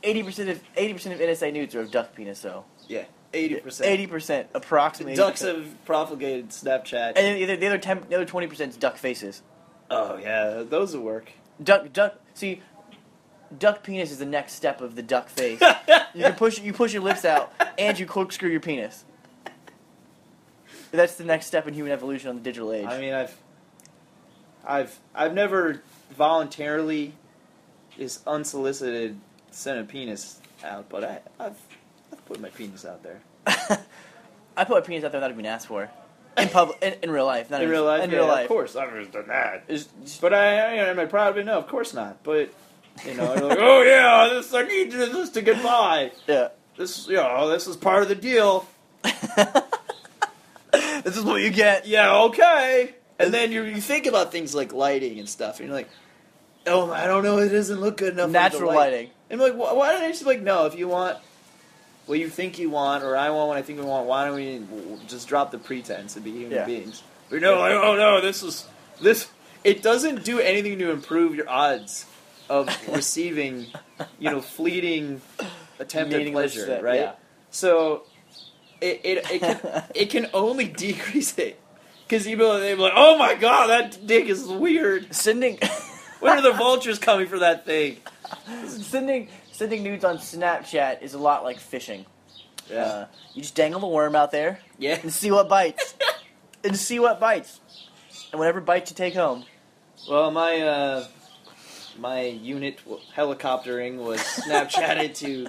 S2: eighty percent of eighty percent of NSA nudes are of duck penis though.
S1: Yeah, eighty percent.
S2: Eighty percent, approximately.
S1: Ducks
S2: 80%.
S1: have propagated Snapchat.
S2: and then the other the other ten the other twenty percent is duck faces.
S1: oh yeah, those will work.
S2: Duck duck. See, duck penis is the next step of the duck face. you can push you push your lips out and you corkscrew your penis. That's the next step in human evolution on the digital age.
S1: I mean, I've, I've, I've never voluntarily, just unsolicited, sent a penis out, but I, I've, I've put my penis out there.
S2: I put my penis out there without even asked for. In public, in, in real life, not
S1: in real life,
S2: In
S1: yeah,
S2: real
S1: of
S2: life,
S1: course. I've never done that.
S2: It's just-
S1: But I, I am I proud of it? No, of course not. But you know, you're like, oh yeah, this I need this to get by.
S2: yeah.
S1: This, you know, this is part of the deal.
S2: this is what you get.
S1: Yeah, okay. And then you, you think about things like lighting and stuff, and you're like, oh, I don't know, it doesn't look good enough. under the
S2: Natural
S1: light.
S2: lighting.
S1: And I'm like, why, why don't I just like, no, if you want what you think you want, or I want what I think we want, why don't we w- just drop the pretense and be human
S2: Yeah.
S1: beings? But no, like, oh no, this is this. It doesn't do anything to improve your odds of receiving, you know, fleeting attempt at
S2: Meaningless
S1: pleasure,
S2: step,
S1: right?
S2: yeah.
S1: So it it it can, it can only decrease it. Because you know, they're like, oh my god, that dick is weird.
S2: Sending,
S1: Where are the vultures coming for that thing?
S2: sending, sending nudes on Snapchat is a lot like fishing.
S1: Yeah.
S2: Uh, you just dangle the worm out there
S1: Yeah.
S2: and see what bites, and see what bites, and whatever bites you take home.
S1: Well, my uh, my unit w- helicoptering was Snapchatted to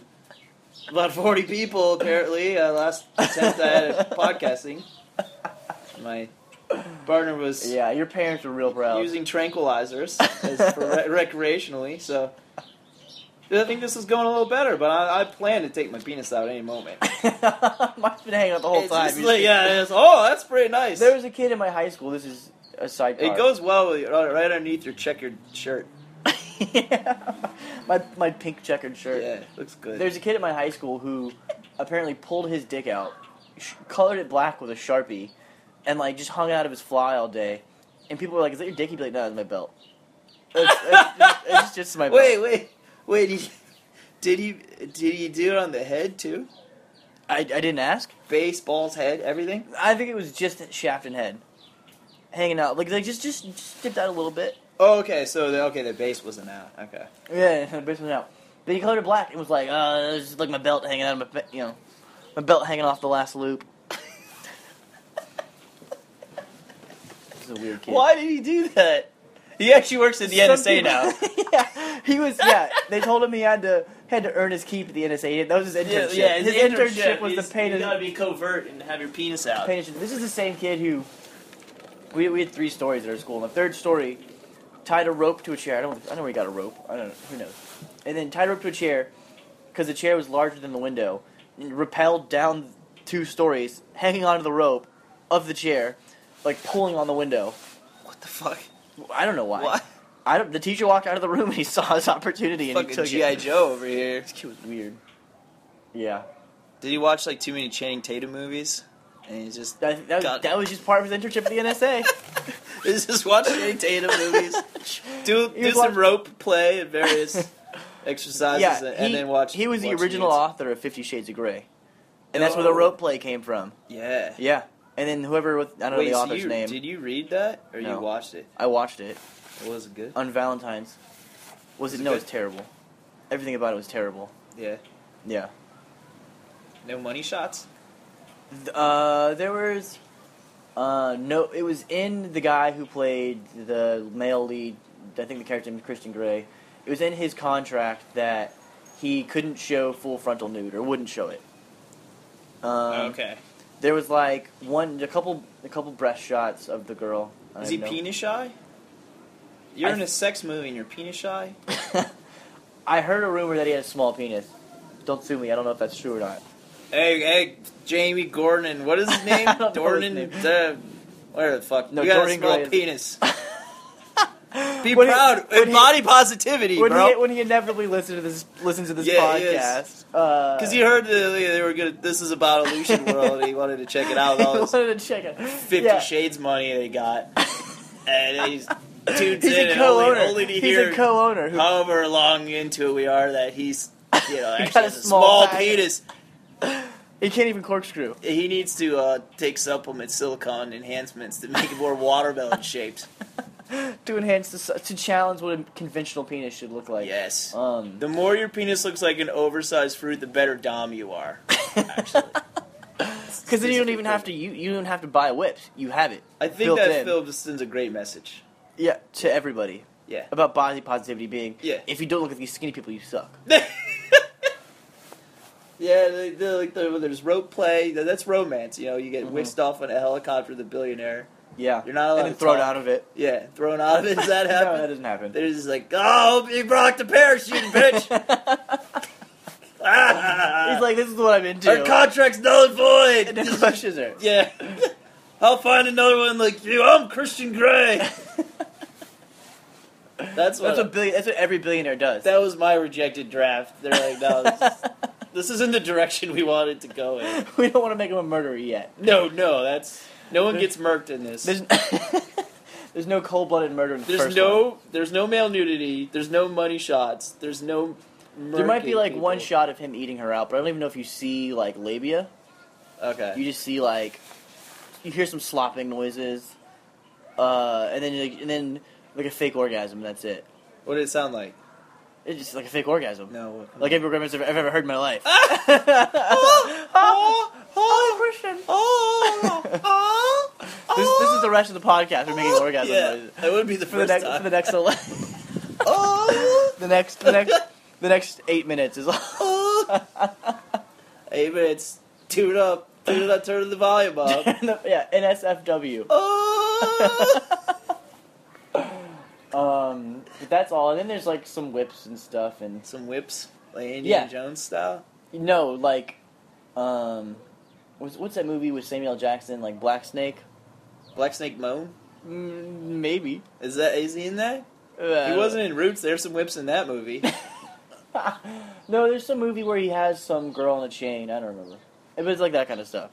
S1: about forty people. Apparently, uh, last attempt I had at podcasting, my partner was
S2: Yeah, your parents were real proud.
S1: using tranquilizers as for re- recreationally. So I think this is going a little better, but I, I plan to take my penis out any moment.
S2: Mine's been hanging out the whole
S1: It's
S2: time.
S1: just
S2: You
S1: like,
S2: see-
S1: yeah, it's, oh, that's pretty nice.
S2: There was a kid in my high school. This is a side.
S1: it goes well with right, right underneath your checkered shirt.
S2: yeah. My my pink checkered shirt.
S1: Yeah, looks good.
S2: There's a kid at my high school who apparently pulled his dick out, sh- colored it black with a sharpie, and like just hung it out of his fly all day. And people were like, "Is that your dick?" He'd be like, "No, it's my belt." It's, it's just, it's just my belt.
S1: Wait, wait, wait. He, did he did he do it on the head too?
S2: I, I didn't ask.
S1: Base, balls, head, everything.
S2: I think it was just shaft and head hanging out. Like they just just, just dipped out a little bit.
S1: Oh, okay. So the, okay, the base wasn't out. Okay.
S2: Yeah, the bitch went out. But he colored it black and was like, "Uh, it's just like my belt hanging out of my, fa- you know, my belt hanging off the last loop." He's a weird kid.
S1: Why did he do that? He actually works at the NSA now.
S2: yeah, he was. Yeah, they told him he had to had to earn his keep at the NSA. That was his internship. his, internship, was the pain.
S1: You gotta
S2: of
S1: be covert and have your penis out.
S2: pain. This is the same kid who we, we had three stories at our school. And the third story tied a rope to a chair. I don't. I don't know where he got a rope. I don't. know. Who knows? And then tied a rope to a chair because the chair was larger than the window. And rappelled down two stories, hanging onto the rope of the chair, like pulling on the window.
S1: What the fuck?
S2: I don't know why.
S1: What?
S2: I don't, the teacher walked out of the room and he saw his opportunity and he
S1: Fucking
S2: took
S1: GI
S2: it.
S1: Joe over here.
S2: This kid was weird. Yeah,
S1: Did he watch like too many Channing Tatum movies? And he's just
S2: that, that, was,
S1: God.
S2: that was just part of his internship at the NSA.
S1: he's just watch Channing Tatum movies. Do
S2: He
S1: do
S2: was
S1: some
S2: watch-
S1: rope play and various exercises,
S2: yeah,
S1: and,
S2: he-
S1: and then watch.
S2: He was the
S1: watch
S2: original
S1: nudes.
S2: author of Fifty Shades of Grey, and that's where the
S1: Oh.
S2: rope play came from.
S1: Yeah.
S2: Yeah, and then whoever with I don't
S1: Wait,
S2: know the
S1: so
S2: author's
S1: you-
S2: name.
S1: Did you read that or
S2: No. Uh,
S1: you watched it?
S2: I watched it
S1: It wasn't good.
S2: on Valentine's. Was
S1: Was
S2: it?
S1: it
S2: No,
S1: good?
S2: it's terrible. Everything about it was terrible.
S1: Yeah.
S2: Yeah.
S1: No money shots.
S2: Th- Uh, there was uh, no. It was in the guy who played the male lead. I think the character name is Christian Grey. It was in his contract that he couldn't show full frontal nude or wouldn't show it. Um,
S1: Oh, okay.
S2: There was like one, a couple, a couple breast shots of the girl. I
S1: Is he
S2: know.
S1: penis shy? You're
S2: I
S1: in a
S2: th-
S1: sex movie and you're penis shy.
S2: I heard a rumor that he had a small penis. Don't sue me. I don't know if that's true or not.
S1: Hey, hey, Jamie Gordon. What is his name?
S2: I don't know his
S1: Dornan.
S2: name.
S1: Uh, whatever the fuck.
S2: No,
S1: you got
S2: Dornan
S1: a small
S2: Gray is-
S1: penis. Be
S2: When he-
S1: proud.
S2: when he-
S1: Embody positivity,
S2: When
S1: bro.
S2: he, when he inevitably listens to this listens to this
S1: Yeah, he
S2: podcast, uh,
S1: is.
S2: because
S1: Because he heard that they were good. This is about Illusion World. and he wanted to check it out. With all this
S2: wanted to check it.
S1: Fifty
S2: yeah.
S1: Shades money they got, and he's tunes
S2: He's
S1: in
S2: a
S1: and only,
S2: co-owner.
S1: only to
S2: He's
S1: hear
S2: a co-owner. Who,
S1: however long into it we are that he's you know
S2: He
S1: actually
S2: got a
S1: has a
S2: small
S1: small,
S2: pack.
S1: penis.
S2: he can't even corkscrew.
S1: He needs to uh, take supplement silicone enhancements to make it more watermelon shaped.
S2: to enhance the s- to challenge what a conventional penis should look like.
S1: Yes.
S2: Um,
S1: The more your penis looks like an oversized fruit, the better dom you are. Actually,
S2: because then you don't even have to you you don't have to buy whips. You have it.
S1: I think
S2: built
S1: that
S2: in.
S1: film just sends a great message.
S2: Yeah, to everybody
S1: Yeah.
S2: about body positivity being.
S1: Yeah.
S2: If you don't look at these skinny people, you suck.
S1: yeah, they, they, like the, when there's rope play, th- that's romance. You know, you get whisked off on a helicopter, the billionaire.
S2: Yeah.
S1: You're not allowed
S2: Mm-hmm. and then
S1: to
S2: thrown
S1: talk.
S2: out of it.
S1: Yeah, thrown out of it. Does that
S2: No, that
S1: happen?
S2: doesn't happen.
S1: They're just like, oh, you brought the parachute, bitch.
S2: He's
S1: Ah,
S2: like, this is what I'm into.
S1: our contract's null and void.
S2: and then crushes her.
S1: Yeah. I'll find another one like you. I'm Christian Grey. That's what,
S2: That's what billion. That's what every billionaire does.
S1: that was my rejected draft. They're like, no, this, is- this isn't the direction we wanted to go in.
S2: we don't want to make him a murderer yet.
S1: No, no, that's no one gets murked in this. There's,
S2: There's there's no cold-blooded murder in the first
S1: no,
S2: one.
S1: there's no male nudity. There's no money shots. There's no.
S2: There might be
S1: murking
S2: like one
S1: people.
S2: shot of him eating her out, but I don't even know if you see like labia.
S1: Okay.
S2: You just see like you hear some slopping noises, uh, and then like, and then like a fake orgasm. That's it.
S1: What did it sound like?
S2: It's just like a fake orgasm.
S1: No.
S2: Like every orgasm I've ever heard in my life.
S1: Ah!
S2: This, this
S1: Ah!
S2: is the rest of the podcast. We're making orgasm noises
S1: Oh, That would be the
S2: for the
S1: first
S2: next
S1: time.
S2: for the next ele-
S1: Oh,
S2: the next the next the next eight minutes is all.
S1: oh. Hey, but it's tune it up, tune it up, turn the volume up.
S2: yeah, NSFW.
S1: Oh.
S2: Um, but that's all. And then there's like some whips and stuff, and
S1: Some whips, like Indiana
S2: Yeah.
S1: Jones style.
S2: no, like, um, what's, what's that movie with Samuel L. Jackson, like Black Snake?
S1: Black Snake Moan.
S2: Mm, maybe
S1: Is that is he in that?
S2: uh,
S1: He wasn't in Roots. There's some whips in that movie.
S2: no, there's some movie where he has some girl on a chain. I don't remember. But it's like that kind of stuff,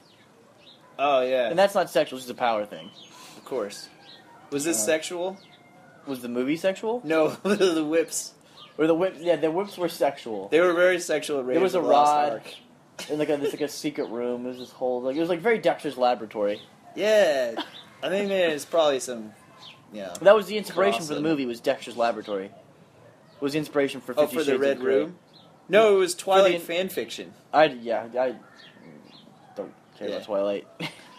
S1: Oh yeah,
S2: and that's not sexual. It's just a power thing.
S1: of course. Was this
S2: Uh,
S1: sexual?
S2: Was the movie sexual
S1: No, the whips.
S2: or the whips? Yeah, the whips were sexual.
S1: They were very sexual. Raiders
S2: There was
S1: of
S2: a
S1: the Lost
S2: rod.
S1: Ark.
S2: And like a, this like a secret room. There's this whole like it was like very Dexter's Laboratory.
S1: Yeah, I think there's probably some. Yeah.
S2: That was the inspiration for the
S1: Awesome.
S2: movie. Was Dexter's Laboratory? Was the inspiration for
S1: Oh,
S2: Fifty
S1: for
S2: Shades
S1: the
S2: of
S1: Red
S2: Grey.
S1: Room. No, it was Twilight
S2: the-
S1: fan fiction.
S2: I yeah I don't care
S1: Yeah.
S2: about Twilight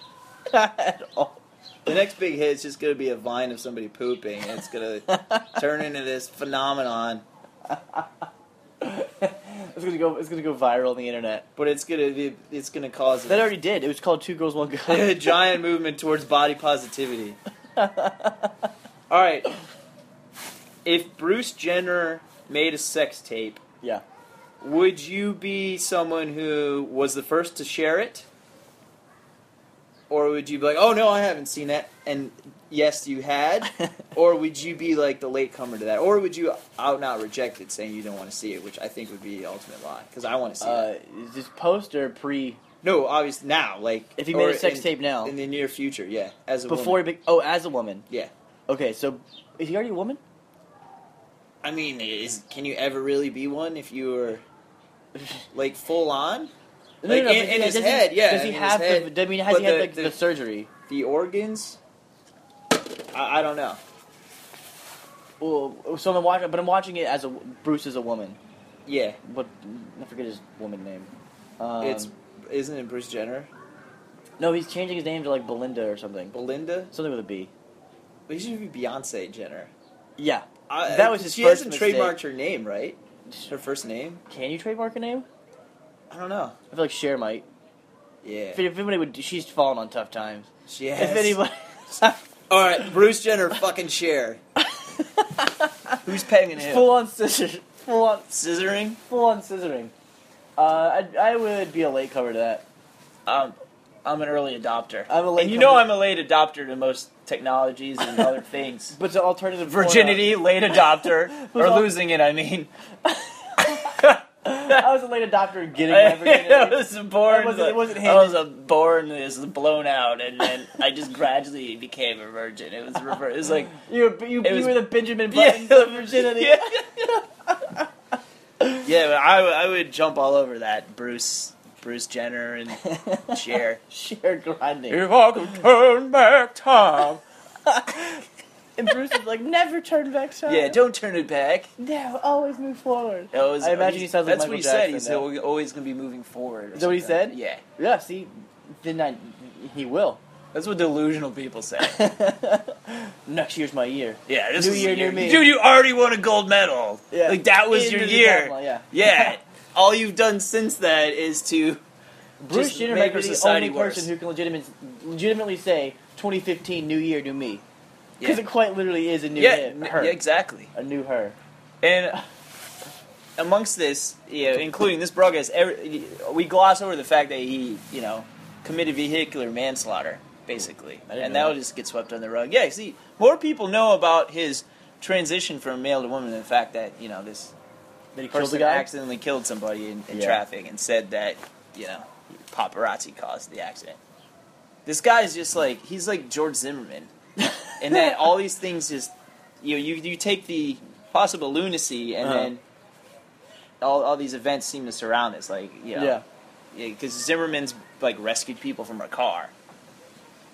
S2: at all.
S1: The next big hit is just going to be a vine of somebody pooping, and it's going to
S2: it's
S1: turn into this phenomenon.
S2: gonna go it's gonna go viral on the internet.
S1: But it's going to be it's going to cause
S2: That already did. It was called Two Girls One
S1: a
S2: Guy.
S1: giant movement towards body positivity. All right, if Bruce Jenner made a sex tape,
S2: yeah.
S1: would you be someone who was the first to share it? Or would you be like, oh no, I haven't seen that, and yes, you had? or would you be like the latecomer to that? Or would you out and out reject it, saying you don't want to see it, which I think would be the ultimate lie, because I want to see
S2: Uh,
S1: it.
S2: is this post or pre?
S1: No, obviously now, like
S2: If he made
S1: or
S2: a sex
S1: in-
S2: tape now,
S1: in the near future, yeah, as a
S2: before
S1: woman.
S2: he be- oh as a woman.
S1: yeah.
S2: Okay, so is he already a woman?
S1: I mean, is can you ever really be one if you were like full on? Like, in-
S2: but
S1: in
S2: yeah,
S1: his
S2: does
S1: head, yeah,
S2: Does he
S1: in his
S2: have?
S1: head.
S2: the, I mean, has
S1: But
S2: he had
S1: the-
S2: like, the,
S1: the-
S2: surgery?
S1: The organs? I, I don't know.
S2: Well, so I'm watching, but I'm watching it as a Bruce is a woman.
S1: Yeah,
S2: What I forget his woman name. Um,
S1: it's isn't it Bruce Jenner,
S2: no, he's changing his name to like Belinda or something.
S1: Belinda?
S2: Something with a B.
S1: It should be Beyonce Jenner.
S2: Yeah.
S1: I,
S2: That was his
S1: she
S2: first
S1: hasn't
S2: mistake.
S1: trademarked her name, right? Her first name?
S2: Can you trademark a name?
S1: I don't know.
S2: I feel like Cher might. If,
S1: Yeah,
S2: if anybody would, she's fallen on tough times.
S1: she has.
S2: If anybody,
S1: All right, Bruce Jenner, fucking share. Who's pegging him?
S2: full on scissors, full on,
S1: Scissoring?
S2: full on scissoring. Uh, I, I would be a latecomer to that.
S1: Um, I'm an early adopter.
S2: I'm a late
S1: and you know
S2: comer.
S1: I'm a late adopter to most technologies and other things.
S2: But to alternative porno-
S1: Virginity, late adopter, or
S2: all-
S1: losing it, I mean.
S2: I was a late adopter in getting everything.
S1: I was born.
S2: It wasn't- it wasn't
S1: I
S2: handed.
S1: was a born. It was blown out, and then I just gradually became a virgin. It was reverse. It was like
S2: you were, you,
S1: It
S2: you
S1: was-
S2: were the Benjamin
S1: yeah,
S2: Button of virginity.
S1: Yeah, yeah but I, w- I would jump all over that Bruce Bruce Jenner and Cher.
S2: Sheer grinding.
S1: I could turn back time.
S2: And Bruce is like, never turn back time.
S1: Yeah, don't turn it back.
S2: no, always move forward.
S1: That was,
S2: I imagine he sounds like
S1: that's what
S2: Michael
S1: he said.
S2: Jackson,
S1: He said
S2: though.
S1: we're always gonna be moving forward. or
S2: Is that what he
S1: something.
S2: said?
S1: Yeah,
S2: Yeah, see, then I, he will.
S1: that's what delusional people say.
S2: Next year's my year.
S1: Yeah, this
S2: New
S1: is
S2: year,
S1: the
S2: new me.
S1: Dude, you already won a gold medal.
S2: Yeah.
S1: Like that was
S2: Into
S1: your
S2: the
S1: year.
S2: decathlon, yeah.
S1: Yeah. All you've done since that is to
S2: Bruce
S1: Just
S2: Jenner
S1: make
S2: might be
S1: our
S2: the
S1: society
S2: only
S1: worse.
S2: person who can legitimate, legitimately say 2015 new year, new me. Because
S1: yeah,
S2: it quite literally is a new
S1: yeah,
S2: hit-
S1: n-
S2: her.
S1: yeah, exactly.
S2: a new her.
S1: And amongst this, you know, including this broadcast, every, we gloss over the fact that he, you know, committed vehicular manslaughter, basically,
S2: I didn't
S1: and
S2: know
S1: that
S2: that.
S1: will just get swept under the rug. Yeah, see, more people know about his transition from male to woman than the fact that you know this
S2: That he killed the
S1: person
S2: guy.
S1: accidentally killed somebody in, in
S2: Yeah.
S1: traffic and said that you know paparazzi caused the accident. This guy's just like he's like George Zimmerman, and then all these things just you know, you you take the possible lunacy and
S2: Uh-huh.
S1: then all all these events seem to surround this like you know,
S2: Yeah.
S1: because Zimmerman's like rescued people from a car,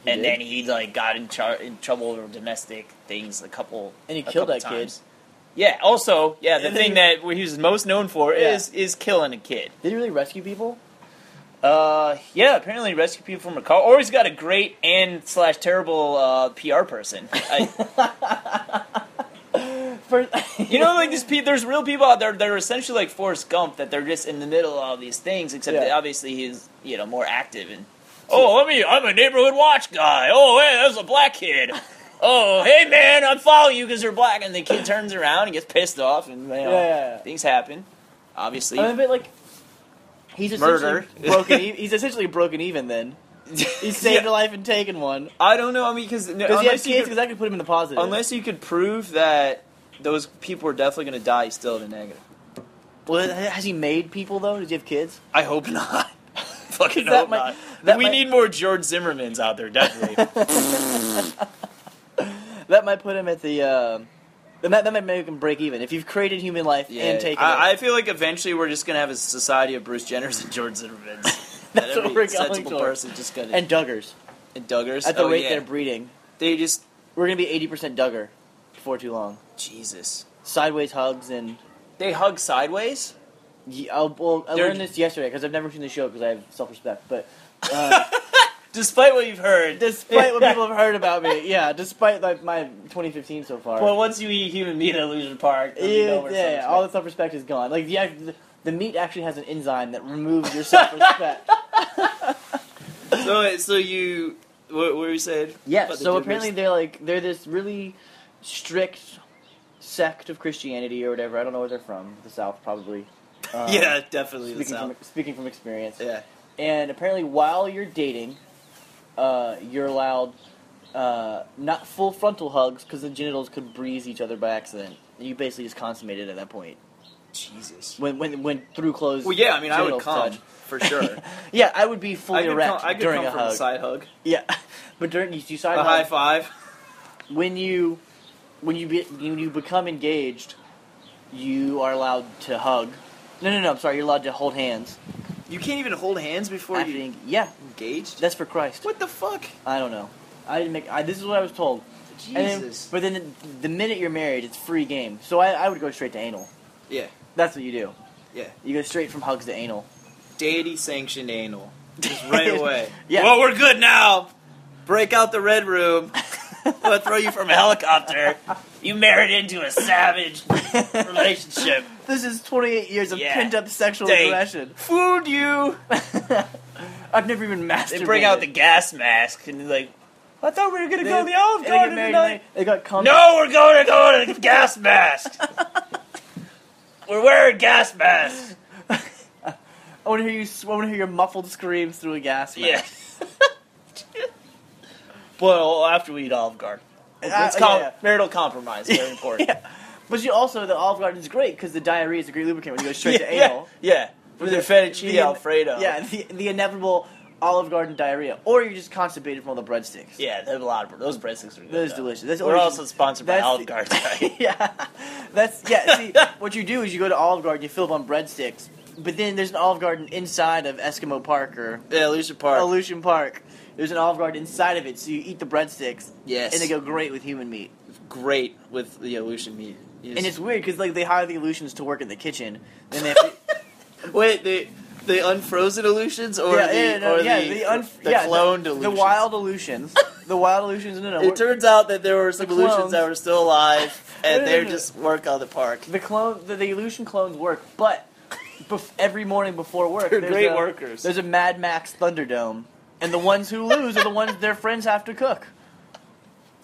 S2: He
S1: and
S2: did?
S1: then he like got in char- in trouble over domestic things a couple
S2: And he
S1: a
S2: killed
S1: couple
S2: that kid.
S1: times. Yeah. Also, yeah, the
S2: And
S1: thing
S2: then-
S1: that he was most known for
S2: Yeah.
S1: is is killing a kid.
S2: Did he really rescue people?
S1: Uh, yeah. Apparently, rescue people from a car, or he's got a great and slash terrible uh, PR person. I,
S2: First,
S1: you know, like these people. There's real people out there that are essentially like Forrest Gump, that they're just in the middle of all these things. Except
S2: Yeah.
S1: that obviously he's you know more active and. Oh, let me. I'm a neighborhood watch guy. Oh, hey, that's a black kid. Oh, hey, man, I'm following you because you're black. And the kid turns around and gets pissed off, and you know,
S2: Yeah.
S1: things happen. Obviously,
S2: I'm a bit like. He's
S1: Murder.
S2: essentially broken. e- he's essentially broken even. Then he's saved a life and taken one.
S1: I don't know. I mean, because
S2: Does he have
S1: unless, you
S2: kids?
S1: could-
S2: Because I could put him in the positive.
S1: unless you could prove that those people are definitely going to die, he's still in the negative.
S2: well, has he made people though? Does he have kids?
S1: I hope not. Fucking
S2: That
S1: hope
S2: might-
S1: not.
S2: that
S1: we
S2: might-
S1: need more George Zimmermans out there, definitely.
S2: That might put him at the. Uh, then that, that might make him break even. If you've created human life and taken
S1: I,
S2: it,
S1: I feel like eventually we're just going to have a society of Bruce Jenners and George Zimmermans. that
S2: That's what
S1: every
S2: we're going
S1: sensible
S2: towards.
S1: person just going to
S2: and Duggars
S1: and Duggars.
S2: at the
S1: oh,
S2: rate
S1: yeah.
S2: they're breeding,
S1: they just
S2: we're gonna be eighty percent Duggar before too long.
S1: Jesus.
S2: Sideways hugs and
S1: They hug sideways.
S2: Ye- I'll, well, I
S1: They're-
S2: learned this yesterday because I've never seen the show because I have self respect. But uh,
S1: Despite what you've heard,
S2: despite what people have heard about me, yeah, despite like my 2015 so far,
S1: well, once you eat human meat at Illusion Park,
S2: yeah,
S1: then you know where
S2: yeah,
S1: something's
S2: all the self respect is gone. Like the, act- the meat actually has an enzyme that removes your self respect.
S1: so, so you, what, what were you saying?
S2: yeah.
S1: About the
S2: So
S1: dude
S2: apparently
S1: makes-
S2: they're like they're this really strict sect of Christianity or whatever. I don't know where they're from. The South probably. Um,
S1: yeah, definitely. The
S2: Speaking
S1: South.
S2: from, speaking from experience.
S1: Yeah,
S2: And apparently, while you're dating, uh, you're allowed uh, not full frontal hugs because the genitals could breeze each other by accident. You basically just consummated at that point
S1: Jesus.
S2: when when when through closed.
S1: Well, yeah, I mean, I would
S2: genitals
S1: come
S2: touch.
S1: for sure.
S2: Yeah, I would be
S1: I
S2: fully
S1: could come,
S2: erect
S1: I could
S2: during
S1: come
S2: a
S1: from
S2: hug.
S1: a side hug,
S2: Yeah, but during you side
S1: a high
S2: hug,
S1: five.
S2: when you when you be, when you become engaged, you are allowed to hug. No, no, no. I'm sorry. You're allowed to hold hands.
S1: You can't even hold hands before
S2: after
S1: you
S2: you- yeah,
S1: engaged.
S2: that's for Christ.
S1: What the fuck,
S2: I don't know. I didn't make. I, this is what I was told. And then-
S1: Jesus?
S2: but then the, the minute you're married, it's free game. So I, I would go straight to anal.
S1: Yeah,
S2: That's what you do.
S1: yeah.
S2: You go straight from hugs to anal.
S1: Deity sanctioned anal. Just right away.
S2: Yeah.
S1: Well, we're good now. Break out the red room. I'll throw you from a helicopter. You married into a savage relationship.
S2: This is 28 years of
S1: Yeah.
S2: pent up sexual
S1: They-
S2: aggression.
S1: Fooled you.
S2: I've never even masturbated.
S1: They bring out the gas mask and like
S2: I thought we were gonna
S1: They-
S2: go to the Olive
S1: they get
S2: Garden
S1: married and
S2: tonight. They got cum.
S3: No, we're going to go to the gas mask. we're wearing gas masks.
S2: I want to hear you. s- I want to hear your muffled screams through a gas mask.
S3: Yeah. well, after we eat Olive Garden, it's
S2: Uh,
S3: com-
S2: yeah.
S3: marital compromise. Very important.
S2: Yeah. But you also the Olive Garden is great because the diarrhea is a great lubricant when you go straight to
S3: yeah,
S2: anal.
S3: yeah. With their fettuccine
S2: The-
S3: alfredo.
S2: Yeah, the, the inevitable Olive Garden diarrhea, or you're just constipated from all the breadsticks.
S3: yeah. There's a lot of those breadsticks are good.
S2: Those
S3: though.
S2: delicious. That's
S3: We're
S2: origin-
S3: also sponsored by
S2: that's
S3: Olive
S2: the-
S3: Garden. right?
S2: yeah, that's yeah. See, what you do is you go to Olive Garden, you fill up on breadsticks, but then there's an Olive Garden inside of Eskimo Park or
S1: Yeah, Lucia Park.
S2: Aleutian Park. There's an Olive Garden inside of it, so you eat the breadsticks,
S1: yes.
S2: and they go great with human meat.
S1: great with the Aleutian meat. You
S2: And it's
S1: just-
S2: weird because like they hire the Aleutians to work in the kitchen, then they have to,
S1: wait the the unfrozen Aleutians or
S2: yeah,
S1: the
S2: yeah, no,
S1: or
S2: yeah,
S1: the,
S2: the, unf-
S1: the
S2: yeah,
S1: cloned
S2: the,
S1: Aleutians.
S2: the wild Aleutians, the wild Aleutians. No, no,
S1: It
S2: we're-
S1: turns out that there were some
S2: The
S1: Aleutians that
S2: clones.
S1: were still alive, and
S2: No, no,
S1: they
S2: no.
S1: just work on the park.
S2: the clone, the, the Aleutian clones work, but bef- every morning before work,
S3: They're
S2: there's
S3: great
S2: a,
S3: workers.
S2: There's a Mad Max Thunderdome, and the ones who lose are the ones their friends have to cook.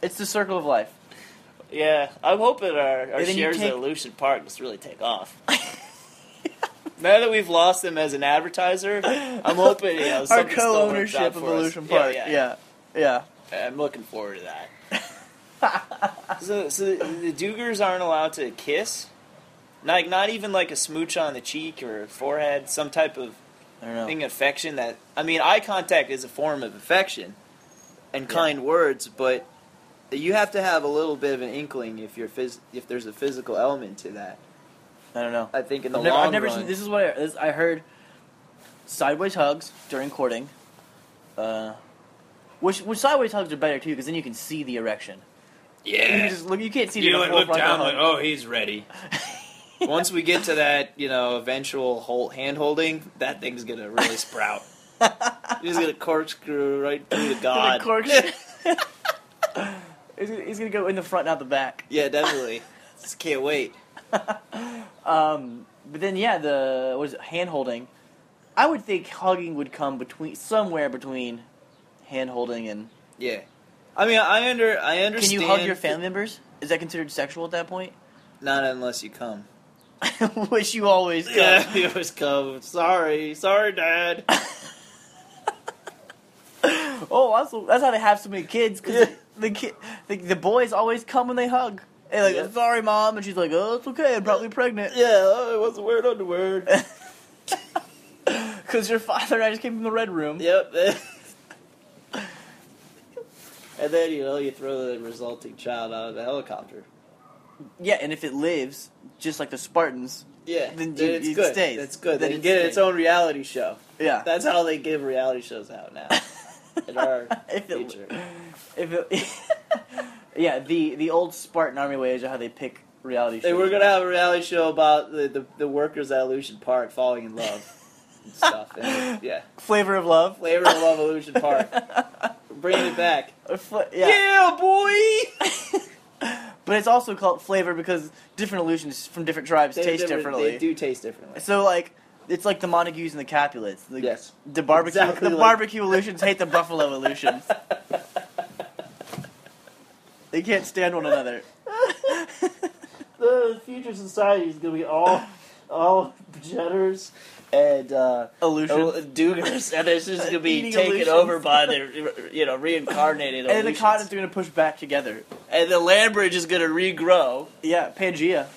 S2: It's the circle of life.
S3: Yeah, I'm hoping our, our
S2: And then you
S3: shares
S2: take-
S3: at Lucian Park just really take off. now that we've lost them as an advertiser, I'm hoping you know,
S2: Our
S3: something still works out
S2: co-ownership of
S3: for us.
S2: Aleutian
S3: Yeah,
S2: Park.
S3: Yeah,
S2: yeah. yeah.
S3: I'm looking forward to that. so, so the Dugars aren't allowed to kiss, like not even like a smooch on the cheek or forehead, some type of
S2: I don't know.
S3: thing affection that I mean, eye contact is a form of affection.
S1: and kind words, but you have to have a little bit of an inkling if you're phys- if there's a physical element to that.
S2: I don't know.
S1: I think in the
S2: I've never,
S1: long
S2: I've never
S1: run,
S2: seen. This is what I, this, I heard. Sideways hugs during courting, uh, which which sideways hugs are better too, because then you can see the erection. You can
S3: Yeah,
S2: just look. You can't see the
S3: you like
S2: whole
S3: look
S2: frontal
S3: down
S2: hug.
S3: like, oh, he's ready.
S1: once we get to that, you know, eventual hold- hand holding, that thing's gonna really sprout. You're just gonna corkscrew right through the god.
S2: The cork- he's, gonna, he's gonna go in the front, not the back.
S1: yeah, definitely. Just can't wait.
S2: Um, but then, yeah, the what is it, hand holding? I would think hugging would come between somewhere between hand holding and.
S1: Yeah, I mean, I under I
S2: Can
S1: understand.
S2: you hug your family members? Is that considered sexual at that point?
S1: Not unless you come.
S2: Which you always.
S1: Yeah, you always come. Sorry, sorry, dad.
S2: Oh, that's, that's how they have so many kids because
S1: Yeah.
S2: the, ki- the the boys always come when they hug. They're like,
S1: Yeah.
S2: "Sorry, mom," and she's like, "Oh, it's okay. I'm probably pregnant
S1: Yeah, oh, I wasn't wearing underwear.
S2: because your father and I just came from the red room."
S1: Yep. and then you know you throw the resulting child out of the helicopter.
S2: Yeah, and if it lives, just like the Spartans,
S1: Yeah,
S2: Then you-
S1: it's
S2: it
S1: good.
S2: stays.
S1: It's good. Then,
S2: Then it
S1: it get its
S2: stays.
S1: own reality show.
S2: yeah.
S1: That's how they give reality shows out now. In our
S2: If it-
S1: future.
S2: If it, yeah, the the old Spartan army ways are how they pick reality shows.
S1: They were gonna have a reality show about the, the, the workers at Illusion Park falling in love and stuff. And, yeah,
S2: flavor of love.
S1: flavor of love, Illusion Park. Bringing it back.
S2: A fla- yeah.
S1: Yeah, boy.
S2: but it's also called flavor because different illusions from different tribes
S1: They
S2: taste
S1: differ-
S2: differently.
S1: They do taste differently.
S2: So like, it's like the Montagues and the Capulets. The,
S1: Yes.
S2: The barbecue,
S1: Exactly
S2: the
S1: like-
S2: barbecue illusions hate the buffalo illusions. they can't stand one another.
S1: the future society is gonna be all all jetters and uh
S2: Illusion.
S1: oh, dugers and it's just gonna be
S2: Eating
S1: taken
S2: illusions.
S1: over by the you know reincarnated
S2: and the
S1: illusions.
S2: continents are gonna push back together.
S1: and the land bridge is gonna regrow
S2: Yeah, Pangea.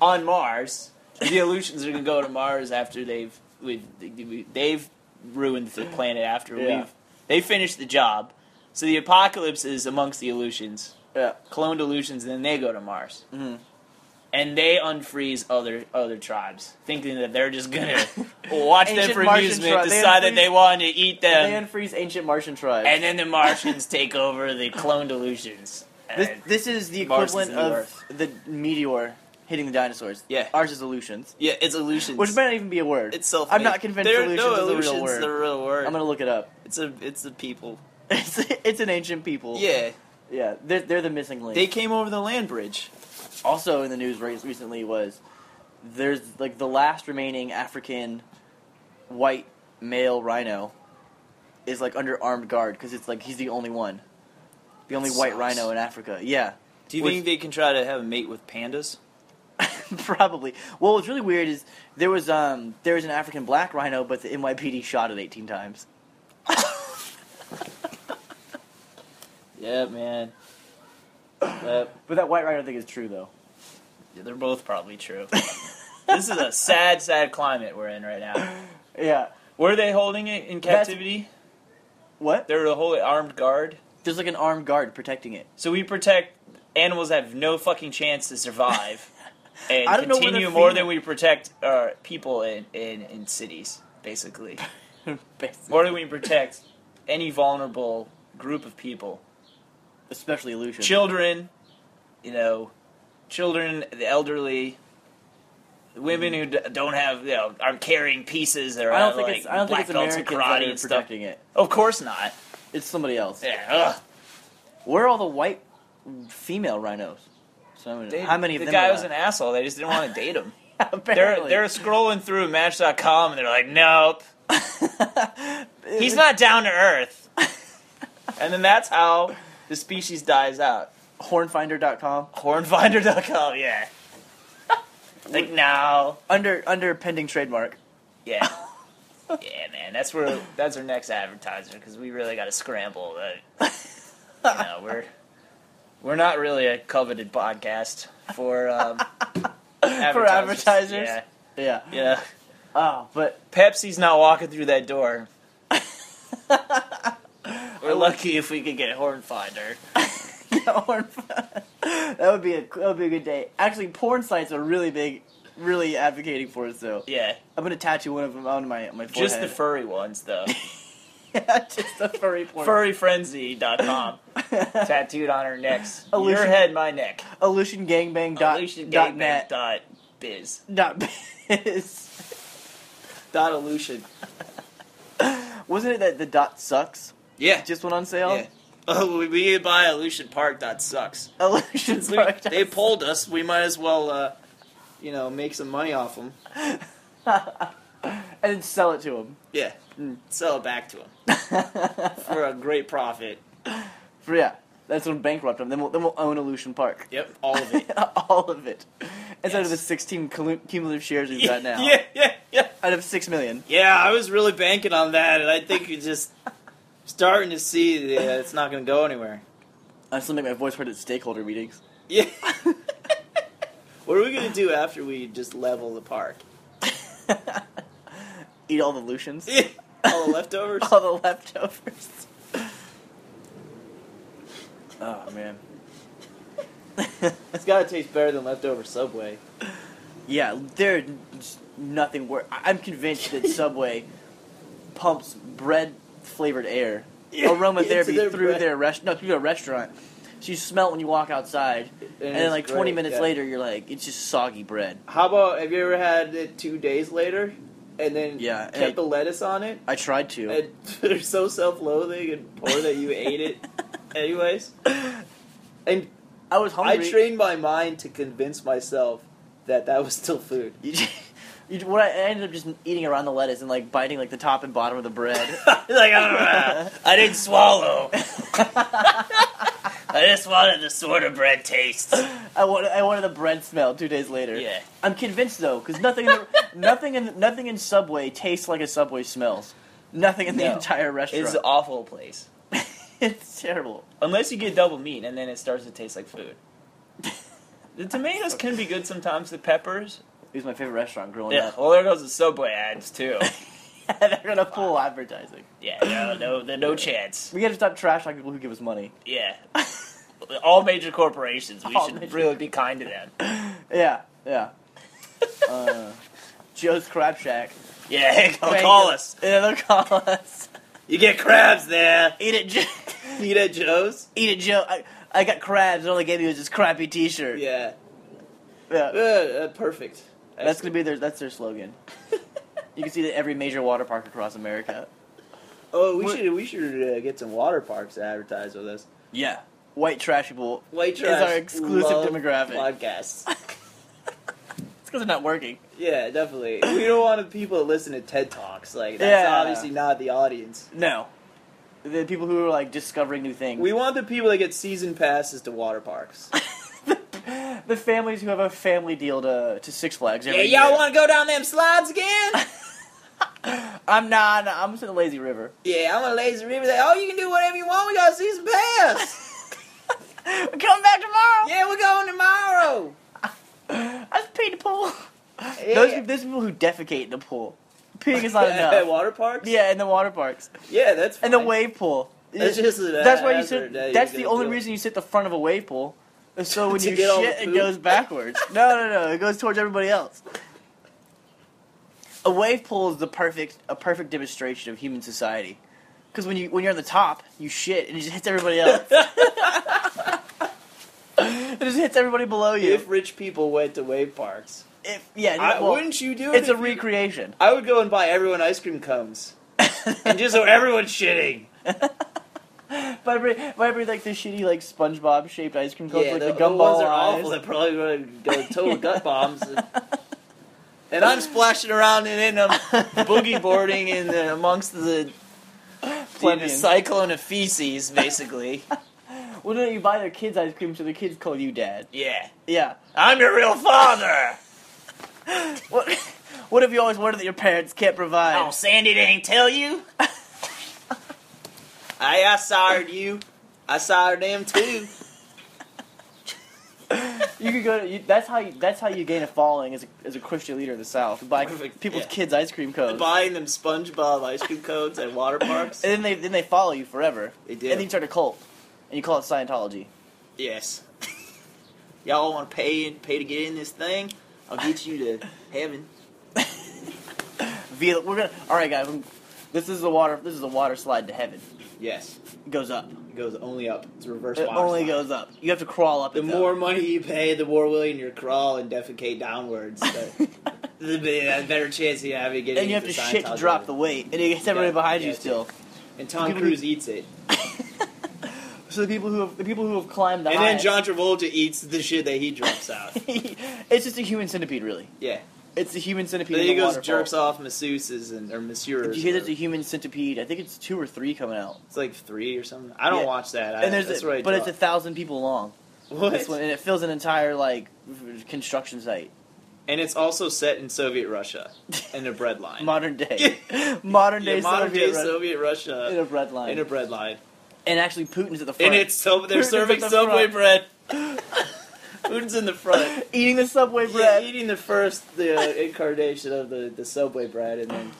S1: on mars the illusions are gonna go to mars after they've we've, we- they've ruined the planet after
S2: Yeah.
S1: we've they finished the job so the apocalypse is amongst the illusions
S2: Yeah.
S1: cloned illusions then they go to mars
S2: Mhm.
S1: and they unfreeze other other tribes, thinking that they're just gonna watch them
S2: Ancient
S1: for
S2: Martian
S1: amusement,
S2: tribe. They
S1: decide that they
S2: unfreeze-
S1: want to eat them,
S2: They unfreeze ancient Martian tribes.
S1: and then the Martians take over the cloned illusions.
S2: this,
S1: And-
S2: this is the
S1: Mars is
S2: equivalent
S1: the
S2: of
S1: Earth.
S2: the meteor hitting the dinosaurs.
S1: Yeah.
S2: Ours is illusions,
S1: yeah, it's illusions.
S2: which might not even be a word.
S1: it's self.
S2: I'm not convinced illusions is the real word.
S1: The real word.
S2: I'm gonna look it up.
S1: It's a. It's the people.
S2: It's, it's an ancient people.
S1: Yeah,
S2: Yeah, they're, they're the missing link.
S1: they came over the land bridge.
S2: also in the news re- recently was there's like the last remaining African white male rhino is like under armed guard because it's like he's the only one. The only
S1: That
S2: white
S1: sucks.
S2: rhino in Africa. Yeah.
S1: Do you
S2: With-
S1: think they can try to have a mate with pandas?
S2: Probably. Well, what's really weird is there was um there was an African black rhino, but the NYPD shot it 18 times.
S4: Yeah, man. Yep.
S2: But that white rhino thing is true though.
S1: Yeah, they're both probably true. this is a sad, sad climate we're in right now.
S2: Yeah.
S1: Were they holding it in
S2: That's-
S1: captivity?
S2: What?
S1: They were a whole armed guard.
S2: There's like an armed guard protecting it.
S1: So we protect animals that have no fucking chance to survive and
S2: I don't know where
S1: continue
S2: the
S1: more
S2: female-
S1: than we protect uh, people in, in, in cities, basically.
S2: Basically.
S1: More than we protect any vulnerable group of people.
S2: Especially Lucian.
S1: Children, you know, children, the elderly, women who d- don't have, you know, aren't carrying pieces or
S2: Mm-hmm. I don't
S1: have,
S2: think
S1: like,
S2: it's I don't think
S1: black
S2: it's
S1: belts in
S2: Americans that
S1: karate
S2: are
S1: and stuff.
S2: protecting it.
S1: Of course not.
S2: It's somebody else.
S1: Yeah, ugh.
S2: Where are all the white female rhinos? So many-
S1: They-
S2: how many of
S1: the
S2: them?
S1: guy
S2: are
S1: was an
S2: there?
S1: asshole. They just didn't want to date him. They're
S2: Apparently.
S1: they're scrolling through Match.com and they're like, nope, he's not down to earth. and then that's how the species dies out.
S2: hornfinder.com
S1: Hornfinder.com, yeah. like no,
S2: under under pending trademark.
S1: yeah, yeah, man. That's where that's our next advertiser because we really got to scramble. Uh, you know, we're we're not really a coveted podcast for um,
S2: For advertisers?
S1: Yeah,
S2: Yeah.
S1: yeah.
S2: Oh, but
S1: Pepsi's not walking through that door. We're lucky if we could get Hornfinder.
S2: porn. that would be a that would be a good day. Actually, porn sites are really big, really advocating for it. So
S1: Yeah,
S2: I'm gonna tattoo one of them on my my forehead.
S1: just the furry ones though.
S2: yeah, just the furry porn.
S1: Furryfrenzy.com tattooed on her necks. Your
S2: Aleutian-
S1: head, my neck.
S2: Aleutiangangbang dot dot
S1: AlutianGangbang
S2: net
S1: dot biz.
S2: dot biz.
S4: Dot illusion.
S2: Wasn't it that the dot sucks
S1: Yeah.
S2: just went on sale?
S1: yeah. Oh, we- we could buy Aleutian Park. That sucks.
S2: Aleutian's
S4: They-
S2: product-
S1: They pulled us. We might as well. Uh,
S4: You know, make some money off them.
S2: and then sell it to him.
S1: yeah, Hmm. sell it back to them for a great profit.
S2: For, yeah, that's when bankrupt them. Then we'll, then we'll own Illusion Park.
S1: Yep, all of it.
S2: All of it. Instead
S1: Yes.
S2: of the 16 cumul- cumulative shares we've got now.
S1: Yeah, yeah, yeah.
S2: Out of 6 million.
S4: Yeah, I was really banking on that, and I think you're just starting to see that it's not going to go anywhere.
S2: I still make my voice heard at stakeholder meetings.
S4: Yeah. what are we going to do after we just level the park?
S2: Eat all the Lucians.
S4: All the leftovers?
S2: all the leftovers. oh, man.
S4: It's got to taste better than leftover Subway.
S2: Yeah, there's nothing worse. I'm convinced that Subway pumps bread flavored air
S4: Yeah,
S2: aromatherapy
S4: into their
S2: through
S4: bread.
S2: their rest no through their restaurant. So you smell it when you walk outside, and, then
S4: it's
S2: like 20
S4: great,
S2: minutes
S4: yeah.
S2: later, you're like, it's just soggy bread.
S4: How about, have you ever had it two days later? And then
S2: Yeah,
S4: kept
S2: and-
S4: the lettuce on it?
S2: I tried to.
S4: And they're so self loathing and poor that you ate it anyways. And
S2: I was hungry.
S4: I trained my mind to convince myself that that was still food.
S2: You, ju- you, ju- what I, I ended up just eating around the lettuce and like biting like the top and bottom of the bread.
S1: like, "Ah, I didn't swallow. I just wanted the sort of bread taste.
S2: I wanted, I wanted the bread smell two days later.
S1: Yeah.
S2: I'm convinced though, because nothing, in the, nothing in nothing in Subway tastes like a Subway smells. Nothing in the
S1: No.
S2: entire
S1: It's
S2: restaurant.
S1: an awful place.
S2: it's terrible.
S1: Unless you get double meat and then it starts to taste like food. The tomatoes can be good sometimes, the peppers.
S2: It was my favorite restaurant growing
S1: Yeah,
S2: up.
S1: well, there goes the Subway ads, too.
S2: They're gonna pull advertising.
S1: Yeah, no, no, the- no chance.
S2: We gotta stop trash talking people who give us money.
S1: Yeah. All major corporations, we
S2: All
S1: should
S2: major-
S1: really be kind to them.
S2: Yeah, yeah. uh, Joe's Crab Shack.
S1: Yeah, hey, go
S2: Thank
S1: call
S2: you.
S1: us.
S2: Yeah, they'll call us.
S4: You get crabs there.
S2: Eat it, Joe.
S4: Eat at Joe's?
S2: Eat it, Joe. I, I got crabs. and All they gave me was this crappy T-shirt.
S4: Yeah. Uh,
S2: yeah.
S4: uh, perfect.
S2: That's gonna be their that's their slogan. you can see that every major water park across America.
S4: Oh, we
S2: What-
S4: should we should uh, get some water parks to advertise with us.
S2: Yeah. White trash people.
S4: White
S2: Is our
S4: trash
S2: exclusive
S4: love
S2: demographic.
S4: podcasts.
S2: It's because they're not working.
S4: yeah, definitely. We don't want people to listen to TED talks. Like that's
S2: Yeah.
S4: obviously not the audience.
S2: No. the people who are like discovering new things.
S1: We want the people that get season passes to water parks.
S2: the families who have a family deal to, to Six Flags. Every
S1: Yeah, y'all
S2: year.
S1: want to go down them slides again?
S2: I'm not. I'm just in the lazy river.
S1: yeah, I'm a lazy river. They- Oh, you can do whatever you want. We got a season pass.
S2: Come back tomorrow.
S1: yeah, we're going tomorrow.
S2: I just peed in the pool.
S1: Yeah.
S2: Those, peop- those people who defecate in the pool. Peeing is not
S1: At
S2: enough.
S1: water parks?
S2: yeah, in the water parks.
S1: Yeah, that's fine.
S2: And the wave pool.
S1: That's just a
S2: That's why you
S1: hazard
S2: sit.
S1: that
S2: That's
S1: you're
S2: the
S1: gonna
S2: only
S1: do.
S2: reason you sit the front of a wave pool. is So when
S1: To
S2: you
S1: get all the
S2: shit, it
S1: poop.
S2: goes backwards. No, no, no. It goes towards everybody else. A wave pool is the perfect a perfect demonstration of human society. Because when you when you're on the top, you shit and it just hits everybody else. it just hits everybody below you.
S1: If rich people went to wave parks,
S2: If- yeah,
S1: I,
S2: well,
S1: wouldn't you do it?
S2: it's a
S1: if you-
S2: recreation.
S1: I would go and buy everyone ice cream cones. and just so everyone's shitting.
S2: But I bring, but I bring like the shitty like SpongeBob shaped ice cream cones,
S1: yeah,
S2: like
S1: the,
S2: the,
S1: the
S2: gumball
S1: ones are
S2: eyes.
S1: awful. They're probably going to go total gut bombs. And, and I'm splashing around and then I'm boogie boarding in the, amongst the, the
S2: Plebeians.
S1: cyclone of feces, basically.
S2: Well, no, you buy their kids ice cream so the kids call you dad.
S1: yeah.
S2: Yeah.
S1: I'm your real father.
S2: What? What if you always wanted that your parents can't provide?
S1: Oh, Sandy didn't tell you? I, I sired you. I sired them too.
S2: You could go. To, you, that's how. You, that's how you gain a following as a, as a Christian leader of the South. You Buy
S1: Perfect,
S2: people's
S1: yeah.
S2: kids ice cream cones,
S1: Buying them SpongeBob ice cream cones at water parks.
S2: and then they then they follow you forever.
S1: They do.
S2: And then you start a cult, and you call it Scientology.
S1: Yes. Y'all want to pay pay to get in this thing? I'll get you to heaven.
S2: Via, we're gonna. All right, guys. I'm- This is the water. This is the water slide to heaven.
S1: Yes.
S2: It goes up.
S1: It goes only up. It's a reverse.
S2: It
S1: water
S2: only
S1: slide.
S2: goes up. You have to crawl up.
S1: The
S2: and
S1: more money you pay, the more willing you crawl and defecate downwards. So the be- a better chance you have of getting.
S2: and you have to
S1: into
S2: shit to
S1: Scientology.
S2: drop the weight, and it hits everybody
S1: Yeah,
S2: behind
S1: yeah,
S2: you
S1: it's-
S2: still.
S1: And Tom
S2: People
S1: Cruise eats it.
S2: So the people who have, the people who have climbed the
S1: And then
S2: highest-
S1: John Travolta eats the shit that he drops out.
S2: it's just a human centipede, really.
S1: Yeah.
S2: It's the human centipede.
S1: Then
S2: in
S1: he
S2: the
S1: goes
S2: waterfall.
S1: jerks off masseuses and or masseurs.
S2: Did you hear
S1: or-
S2: there's a human centipede? I think it's two or three coming out.
S1: It's like three or something. I don't
S2: Yeah.
S1: watch that. I,
S2: and there's
S1: that's
S2: a,
S1: where I
S2: but it's a
S1: draw.
S2: thousand people long.
S1: What?
S2: This one, and it fills an entire like v- construction site,
S1: And it's also set in Soviet Russia in a bread line.
S2: modern day, modern
S1: Yeah,
S2: day
S1: modern
S2: Soviet
S1: day
S2: Ru-
S1: Soviet Russia
S2: in a bread line,
S1: in a bread line.
S2: and actually Putin's at the front,
S1: And it's so they're
S2: Putin's
S1: serving
S2: at the
S1: Subway
S2: front.
S1: bread. Putin's in the front.
S2: eating the subway
S1: uh, Yeah,
S2: bread.
S1: eating the first the uh, incarnation of the, the Subway bread, and then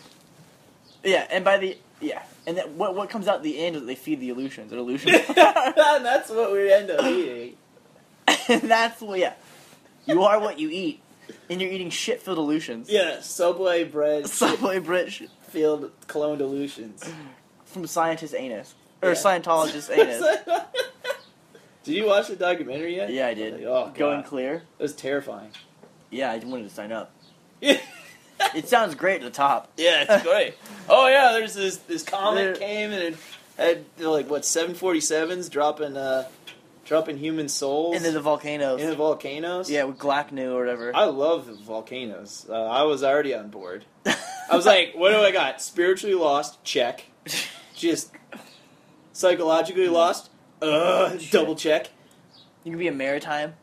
S2: Yeah, and by the yeah, and that, what what comes out at the end is that they feed the illusions, an illusion,
S1: and that's what we end up eating.
S2: and that's what yeah, you are what you eat, and you're eating shit filled illusions.
S1: Yeah, Subway bread
S2: Subway bread sh-
S1: filled cloned illusions.
S2: from scientist anus or
S1: Yeah.
S2: Scientologist anus.
S1: Did you watch the documentary yet?
S2: Yeah, I did.
S1: Oh, God.
S2: Going clear.
S1: It was terrifying.
S2: Yeah, I wanted to sign up.
S1: yeah,
S2: It sounds great at the top.
S1: it's great. Oh yeah, there's this this
S2: There-
S1: comet came and it had you know, like what 747s dropping uh dropping human souls
S2: And then the volcanoes.
S1: in the volcanoes.
S2: yeah, with Glacknu or whatever.
S1: I love the volcanoes. Uh, I was already on board. I was like, what do I got? Spiritually lost, check. Just psychologically lost, uh,
S2: Check.
S1: double Mm. check.
S2: you can be a maritime.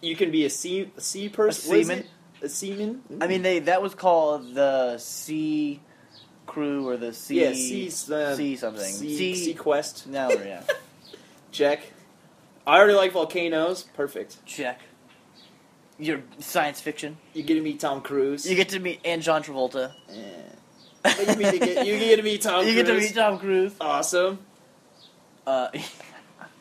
S1: You can be a sea a sea person, What is
S2: seaman?
S1: it? a seaman.
S2: I mean, they that was called the sea crew or the sea.
S1: yeah, sea, uh,
S2: sea something.
S1: sea,
S2: Sea-
S1: sea quest.
S2: No, yeah.
S1: Check. I already like volcanoes. Perfect.
S2: Check. Your science fiction.
S1: You get to meet Tom Cruise.
S2: You get to meet and John Travolta.
S1: Eh. But you, meet to get, you get to meet Tom.
S2: You get to
S1: Cruise.
S2: meet Tom Cruise.
S1: Awesome.
S2: Uh,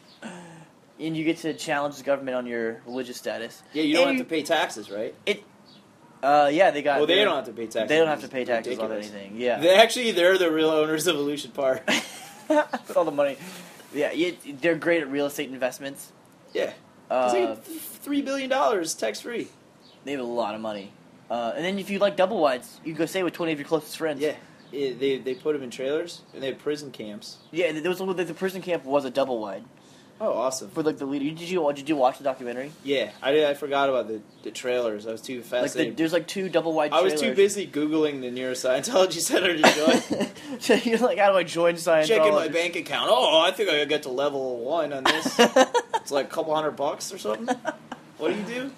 S2: and you get to challenge the government on your religious status.
S1: Yeah, you don't
S2: And
S1: have to pay taxes, right?
S2: Uh, yeah, they got.
S1: Well, they
S2: their-
S1: don't have to pay taxes.
S2: They don't have to
S1: It's
S2: pay taxes on
S1: ridiculous.
S2: anything. Yeah,
S1: They actually they're the real owners of Illusion Park.
S2: with all the money. Yeah, you, they're great at real estate investments.
S1: Yeah, it's
S2: Uh,
S1: like th- three billion dollars tax free.
S2: they have a lot of money. Uh, and then if you like double wides, you can go stay with twenty of your closest friends.
S1: Yeah, It- they they put them in trailers and they have prison camps.
S2: yeah. and There was the prison camp was a double wide,
S1: Oh, awesome.
S2: for like the leader. Did you did you watch the documentary?
S1: Yeah, I did. I forgot about the, the trailers. I was too
S2: Like the,
S1: fascinated.
S2: there's like two double wide.
S1: I was too busy googling the Neuroscientology Center to join.
S2: so you're like, how do I join Scientology?
S1: Checking my bank account. Oh, I think I got to level one on this. it's like a couple hundred bucks or something. What do you do?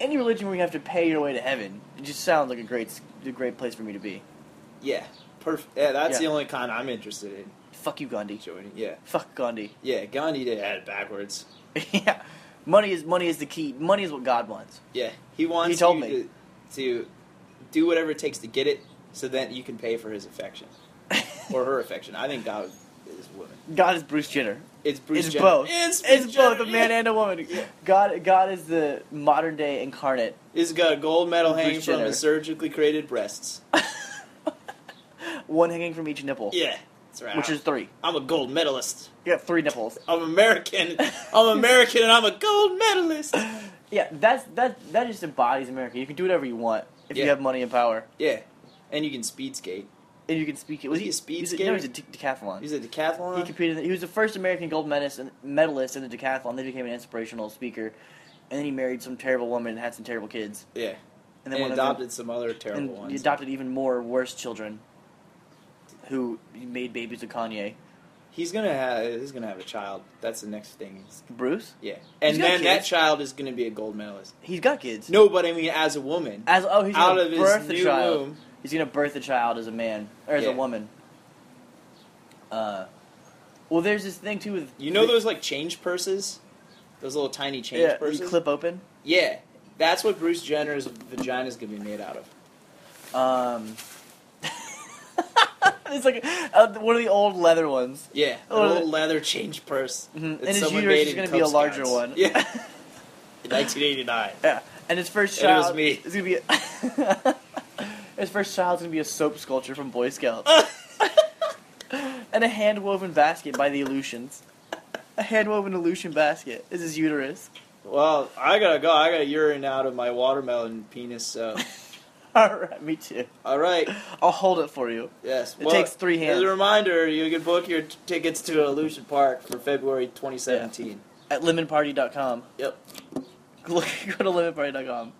S2: Any religion where you have to pay your way to heaven, it just sounds like a great a great place for me to be.
S1: Yeah, perfect. Yeah, that's
S2: Yeah.
S1: the only kind I'm interested in
S2: Fuck you, Gandhi.
S1: joining. Yeah,
S2: Fuck Gandhi.
S1: yeah. Gandhi did had it backwards.
S2: yeah, money is money is the key. Money is what God wants.
S1: Yeah, he wants
S2: He told
S1: you
S2: me.
S1: to, to do whatever it takes to get it, so that you can pay for his affection or her affection. I think God is women.
S2: God is Bruce Jenner.
S1: It's Bruce.
S2: it's
S1: Jenner.
S2: both.
S1: It's, Bruce
S2: It's both a
S1: Jenner,
S2: man
S1: yeah.
S2: and a woman.
S1: Yeah.
S2: God, God is the modern day incarnate.
S1: He's got a gold medal
S2: Bruce
S1: hanging from
S2: Jenner.
S1: his surgically created breasts.
S2: One hanging from each nipple,
S1: Yeah, that's right.
S2: which is three.
S1: I'm a gold medalist.
S2: You got three nipples.
S1: I'm American. I'm American, and I'm a gold medalist.
S2: Yeah, that's that. That just embodies America. You can do whatever you want if you
S1: Yeah.
S2: have money and power,
S1: Yeah, and you can speed skate.
S2: and you can speak it. Was
S1: Is he a speed
S2: he's
S1: skater?
S2: no, he's a de- decathlon.
S1: He's a decathlon.
S2: he competed. In the, he was the first American gold medalist in, medalist in the decathlon. Then he became an inspirational speaker, and then he married some terrible woman and had some terrible kids,
S1: yeah,
S2: and
S1: and,
S2: then one
S1: adopted some other
S2: Of
S1: terrible
S2: them, and he
S1: ones.
S2: adopted even more worse children, who made babies with Kanye.
S1: he's gonna have. He's gonna have a child. That's the next thing.
S2: Bruce,
S1: Yeah, and
S2: got
S1: then that
S2: kids.
S1: child is gonna be a gold medalist.
S2: he's got kids.
S1: No, but I mean, as a woman,
S2: As oh, he's
S1: out
S2: gonna
S1: of his
S2: birth
S1: new
S2: a child.
S1: womb.
S2: He's gonna birth a child as a man or as a
S1: Yeah.
S2: woman. Uh, well, there's this thing too with
S1: You know those like change purses, those little tiny change
S2: yeah,
S1: purses.
S2: you clip open.
S1: Yeah, that's what Bruce Jenner's vagina is gonna be made out of.
S2: Um, it's like uh, one of the old leather ones,
S1: Yeah, a
S2: Or-
S1: little leather change purse.
S2: Mhm.
S1: that
S2: Oh, uh, And his
S1: someone
S2: uterus
S1: made
S2: is
S1: in
S2: gonna
S1: Cub
S2: be a larger
S1: Scouts.
S2: one.
S1: Yeah, in 1989.
S2: yeah. And his first
S1: And it was
S2: child
S1: me.
S2: is gonna be his first child's gonna be a soap sculpture from Boy Scouts, and a hand woven basket by the Aleutians. A hand woven Aleutian basket is his uterus.
S1: Well, I gotta go. I gotta urine out of my watermelon penis. So,
S2: All right, me too.
S1: all right.
S2: I'll hold it for you.
S1: Yes.
S2: It takes three hands.
S1: As a reminder, you can book your t- tickets to Illusion Park for February 2017.
S2: at lemonparty.com.
S1: Yep.
S2: Look, go to lemonparty.com.